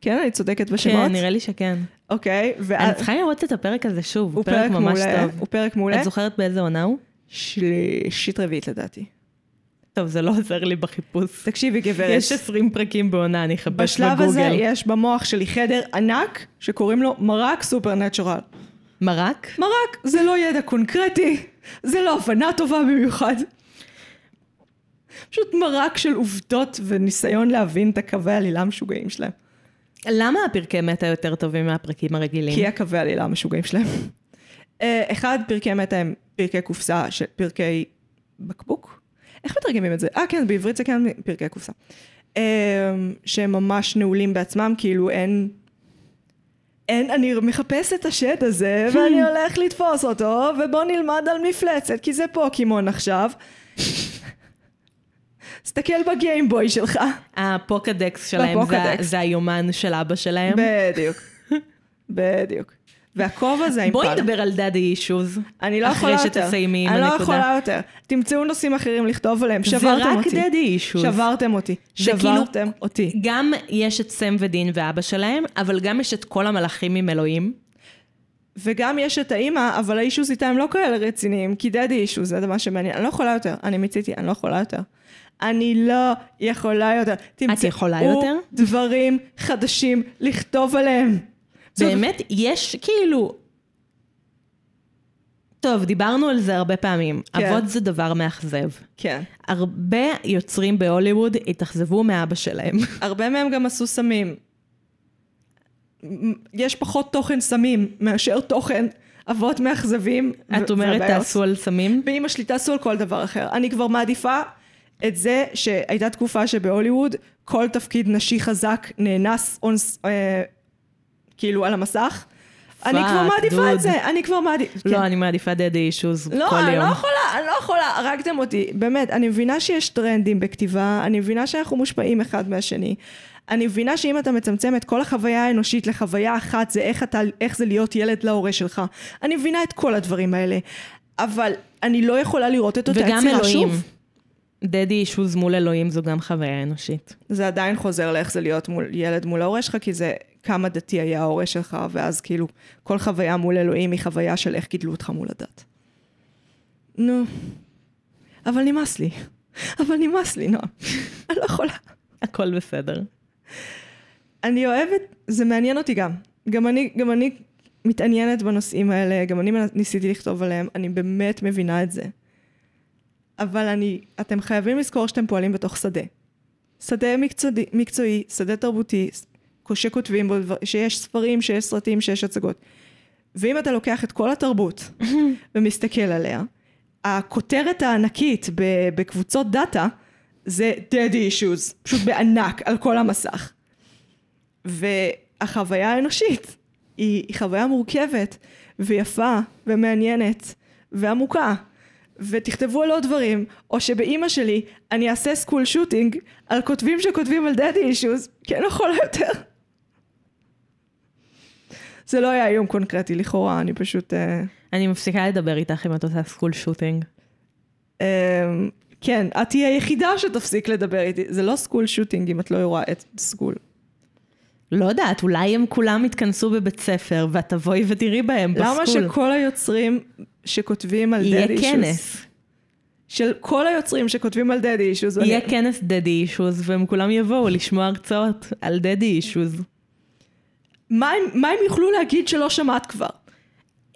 כן, אני צודקת בשמות?
כן, נראה לי שכן.
אוקיי,
אני
ואז...
צריכה לראות את הפרק הזה שוב,
הוא
הוא פרק ממש
מעולה,
טוב.
הוא פרק מעולה.
את זוכרת באיזה עונה הוא?
שלישית רביעית לדעתי.
טוב, זה לא עוזר לי בחיפוש.
תקשיבי גברת,
[laughs] יש 20 פרקים בעונה, אני אחפש בגוגל.
בשלב הזה אה, יש במוח שלי חדר ענק שקוראים לו מרק סופרנטשורל.
מרק?
מרק זה לא ידע קונקרטי, זה לא הבנה טובה במיוחד. פשוט מרק של עובדות וניסיון להבין את הקווי העלילה המשוגעים שלהם.
למה הפרקי מטא יותר טובים מהפרקים הרגילים?
כי הקווי העלילה המשוגעים שלהם. אה, אחד, פרקי מטה הם פרקי קופסה, ש- פרקי בקבוק? איך מתרגמים את זה? אה כן, בעברית זה כן פרקי קופסה. אה, שהם ממש נעולים בעצמם, כאילו אין... אין, אני מחפש את השד
[laughs]
הזה, ואני הולך לתפוס אותו, ובוא נלמד על מפלצת, כי זה פוקימון עכשיו. תסתכל בגיימבוי שלך.
הפוקדקס שלהם זה-
הפוקדקס.
זה היומן של אבא שלהם.
בדיוק. בדיוק. והכובע הזה עם
בואי
פל.
נדבר על דאדי אישוז.
אני לא יכולה יותר.
אחרי שתסיימי עם
אני
הנקודה.
לא יכולה יותר. תמצאו נושאים אחרים לכתוב עליהם.
זה
שברתם
רק
אותי.
דדי אישוז.
שברתם אותי.
זה כאילו-
שברתם אותי.
גם יש את סם ודין ואבא שלהם, אבל גם יש את כל המלאכים עם אלוהים.
וגם יש את האימא, אבל האישוז איתה הם לא כאלה רציניים, כי דדי אישוז זה הדבר שמעניין. אני לא יכולה יותר. אני מיציתי, אני לא יכולה יותר. אני לא יכולה יותר. תמצאו
יכולה יותר?
דברים חדשים לכתוב עליהם.
באמת, יש כאילו... טוב, דיברנו על זה הרבה פעמים.
כן.
אבות זה דבר מאכזב.
כן.
הרבה יוצרים בהוליווד התאכזבו מאבא
[laughs]
שלהם.
הרבה מהם גם עשו סמים. יש פחות תוכן סמים מאשר תוכן אבות מאכזבים. ו-
את אומרת,
והבעיות.
תעשו על סמים?
באמא שלי תעשו על כל דבר אחר. אני כבר מעדיפה את זה שהייתה תקופה שבהוליווד כל תפקיד נשי חזק נאנס אונס, אה, כאילו על המסך. אני כבר
פאק,
מעדיפה
דוד.
את זה, אני כבר מעדיפה.
לא, אני מעדיפה דדי אישוז כל
כן. לא,
יום.
אני לא יכולה, אני לא יכולה, הרגתם אותי. באמת, אני מבינה שיש טרנדים בכתיבה, אני מבינה שאנחנו מושפעים אחד מהשני. אני מבינה שאם אתה מצמצם את כל החוויה האנושית לחוויה אחת, זה איך, אתה, איך זה להיות ילד להורה שלך. אני מבינה את כל הדברים האלה. אבל אני לא יכולה לראות את אותה יצירה
וגם
שוב.
אלוהים. דדי אישוז מול אלוהים זו גם חוויה אנושית.
זה עדיין חוזר לאיך זה להיות מול ילד מול ההורה שלך, כי זה כמה דתי היה ההורה שלך, ואז כאילו כל חוויה מול אלוהים היא חוויה של איך גידלו אותך מול הדת. נו, אבל נמאס לי. אבל נמאס לי, נועם. [laughs] אני לא יכולה.
הכל בסדר.
אני אוהבת, זה מעניין אותי גם. גם אני, גם אני מתעניינת בנושאים האלה, גם אני מנ- ניסיתי לכתוב עליהם, אני באמת מבינה את זה. אבל אני, אתם חייבים לזכור שאתם פועלים בתוך שדה. שדה מקצועי, מקצועי שדה תרבותי, ס- שכותבים בו, דבר- שיש ספרים, שיש סרטים, שיש הצגות. ואם אתה לוקח את כל התרבות ומסתכל עליה, הכותרת הענקית ב- בקבוצות דאטה זה dead issues, פשוט בענק, על כל המסך. והחוויה האנושית היא, היא חוויה מורכבת ויפה ומעניינת ועמוקה. ותכתבו על עוד דברים, או שבאימא שלי אני אעשה סקול שוטינג על כותבים שכותבים על דדי אישוז, כי אני לא יכולה יותר. זה לא היה איום קונקרטי לכאורה, אני פשוט... אה,
אני מפסיקה לדבר איתך אם את עושה סקול שוטינג.
אמ, כן, את תהיי היחידה שתפסיק לדבר איתי. זה לא סקול שוטינג אם את לא רואה את סקול.
לא יודעת, אולי הם כולם יתכנסו בבית ספר, ואת תבואי ותראי בהם בסקול.
למה שכל היוצרים שכותבים על
יהיה
דד אישוס...
כנס.
של כל היוצרים שכותבים על דד אישוס...
יהיה כנס דדי אישוז, והם כולם יבואו לשמוע הרצאות על דדי אישוז.
מה הם- מה הם יוכלו להגיד שלא שמעת כבר?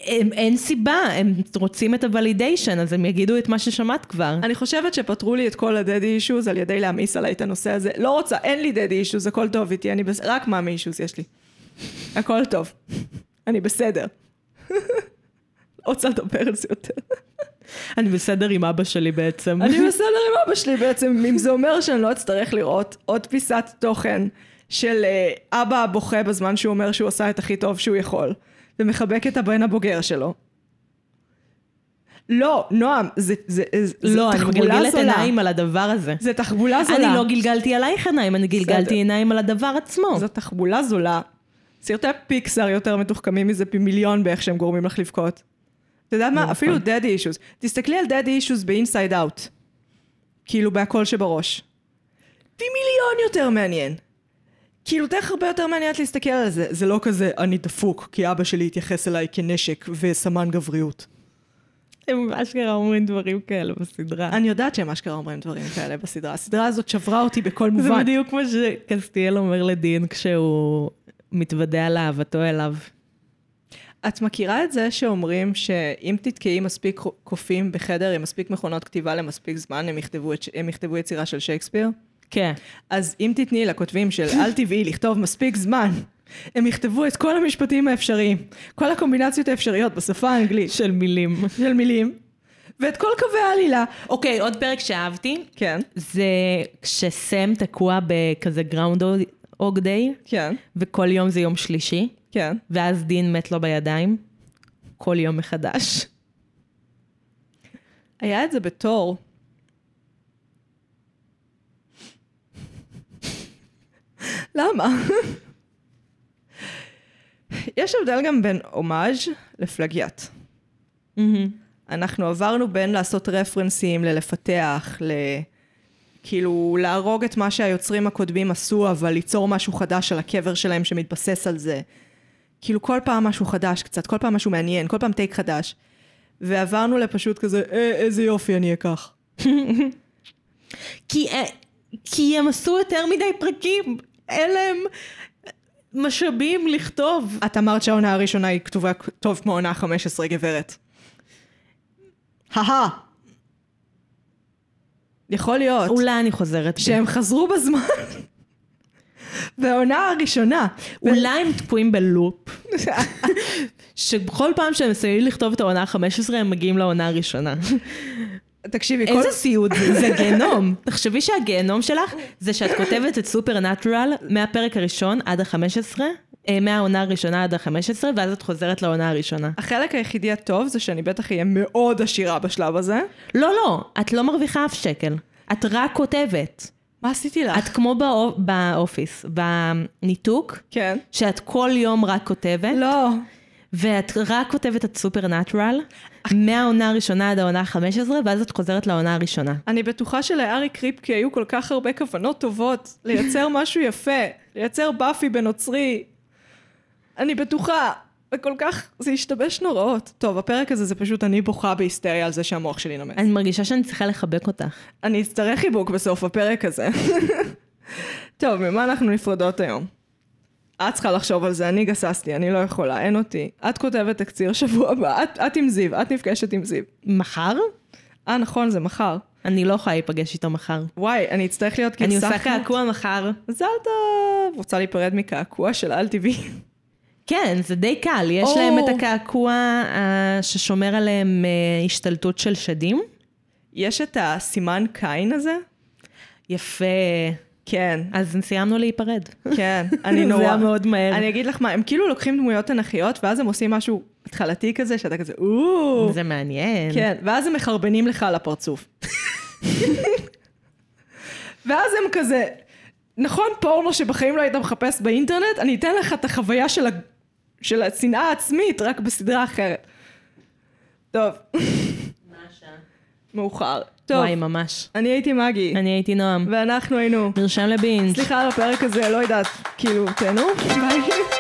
הם, אין סיבה, הם רוצים את הוולידיישן, אז הם יגידו את מה ששמעת כבר.
אני חושבת שפתרו לי את כל הדדי אישוז על ידי להעמיס עליי את הנושא הזה. לא רוצה, אין לי דדי אישוז, הכל טוב איתי, אני בסדר, רק מאמי אישוז יש לי. הכל טוב. [laughs] אני בסדר. [laughs] לא רוצה לדבר על זה יותר.
אני בסדר עם אבא שלי בעצם.
אני בסדר עם אבא שלי בעצם, אם זה אומר שאני לא אצטרך לראות עוד פיסת תוכן של אה, אבא בוכה בזמן שהוא אומר שהוא עשה את הכי טוב שהוא יכול, ומחבק את הבן הבוגר שלו. לא, נועם, זה, זה, זה,
לא,
זה
אני
תחבולה
מגלגלת
זולה.
עיניים על הדבר הזה.
זה תחבולה זולה.
אני לא גלגלתי עלייך עיניים, אני
בסדר.
גלגלתי עיניים על הדבר עצמו.
זו תחבולה זולה. סרטי פיקסאר יותר מתוחכמים מזה פי מיליון באיך שהם גורמים לך לבכות. אתה יודע מה? אפילו דדי אישוז. תסתכלי על דדי אישוז באינסייד אאוט. כאילו בהכל שבראש. פי מיליון יותר מעניין. כאילו דרך הרבה יותר מעניינת להסתכל על זה. זה לא כזה, אני דפוק, כי אבא שלי התייחס אליי כנשק וסמן גבריות.
הם אשכרה אומרים דברים כאלה בסדרה.
אני יודעת שהם אשכרה אומרים דברים כאלה בסדרה. הסדרה הזאת שברה אותי בכל
זה
מובן.
בדיוק מה שקסטיאל אומר לדין כשהוא מתוודה על אהבתו אליו.
את מכירה את זה שאומרים שאם תתקעי מספיק קופים בחדר עם מספיק מכונות כתיבה למספיק זמן, הם יכתבו, את, הם יכתבו יצירה של שייקספיר?
כן.
אז אם תתני לכותבים של אל טבעי לכתוב מספיק זמן, הם יכתבו את כל המשפטים האפשריים, כל הקומבינציות האפשריות בשפה האנגלית
של מילים.
של מילים, ואת כל קווי העלילה.
אוקיי, עוד פרק שאהבתי,
כן,
זה כשסם תקוע בכזה גראונד אוג דיי,
כן,
וכל יום זה יום שלישי,
כן.
ואז דין מת לו בידיים, כל יום מחדש.
היה את זה בתור. למה? יש הבדל גם בין הומאז' לפלגיאט. אנחנו עברנו בין לעשות רפרנסים ללפתח, ל... כאילו להרוג את מה שהיוצרים הקודמים עשו, אבל ליצור משהו חדש על הקבר שלהם שמתבסס על זה. כאילו כל פעם משהו חדש קצת, כל פעם משהו מעניין, כל פעם טייק חדש. ועברנו לפשוט כזה, אה, איזה יופי אני אקח.
[laughs] כי, אה, כי הם עשו יותר מדי פרקים, אלה הם משאבים לכתוב.
את אמרת שהעונה הראשונה היא כתובה טוב כמו עונה 15, גברת. הא יכול להיות
אולי אני חוזרת בי.
שהם חזרו בזמן. והעונה הראשונה.
אולי הם תקועים
[laughs]
בלופ, שבכל פעם שהם מסיימים לכתוב את העונה ה-15 הם מגיעים לעונה הראשונה.
תקשיבי, כל...
איזה סיוט זה, זה גיהנום. תחשבי שהגיהנום שלך זה שאת כותבת את סופרנטרל מהפרק הראשון עד ה-15, מהעונה הראשונה עד ה-15, ואז את חוזרת לעונה הראשונה.
החלק היחידי הטוב זה שאני בטח אהיה מאוד עשירה בשלב הזה.
לא, לא, את לא מרוויחה אף שקל. את רק כותבת.
מה עשיתי לך?
את כמו באו- באופיס, בניתוק,
כן.
שאת כל יום רק כותבת.
לא.
ואת רק כותבת את סופרנטרל, מהעונה הראשונה עד העונה ה-15, ואז את חוזרת לעונה הראשונה.
אני בטוחה שלארי קריפקי היו כל כך הרבה כוונות טובות [laughs] לייצר משהו יפה, לייצר באפי בנוצרי. אני בטוחה, וכל כך, זה השתבש נוראות. טוב, הפרק הזה זה פשוט אני בוכה בהיסטריה על זה שהמוח שלי נומס.
אני מרגישה שאני צריכה לחבק אותך.
אני אצטרך חיבוק בסוף הפרק הזה. טוב, ממה אנחנו נפרדות היום? את צריכה לחשוב על זה, אני גססתי, אני לא יכולה, אין אותי. את כותבת תקציר שבוע הבא, את, את עם זיו, את נפגשת עם זיו.
מחר?
אה, נכון, זה מחר.
אני לא יכולה להיפגש איתו מחר.
וואי, אני אצטרך להיות
אני
גרסה
עושה
אחרת.
קעקוע מחר.
מזל טוב. רוצה להיפרד מקעקוע של על טבעי.
כן, זה די קל. יש
או.
להם את הקעקוע אה, ששומר עליהם אה, השתלטות של שדים.
יש את הסימן קין הזה?
יפה.
כן,
אז סיימנו להיפרד.
כן, [laughs] אני נורא.
[laughs] זה היה מאוד מהר.
אני אגיד לך מה, הם כאילו לוקחים דמויות תנכיות, ואז הם עושים משהו התחלתי כזה, שאתה כזה, אוו.
זה מעניין.
כן, ואז הם מחרבנים לך על הפרצוף. ואז הם כזה, נכון פורנו שבחיים לא היית מחפש באינטרנט, אני אתן לך את החוויה של, ה... של השנאה העצמית, רק בסדרה אחרת. טוב, מאוחר. טוב,
וואי, ממש.
אני הייתי מגי,
אני הייתי נועם.
ואנחנו היינו.
נרשם לבינג'.
סליחה על הפרק הזה, לא יודעת, כאילו, תהנו, ביי.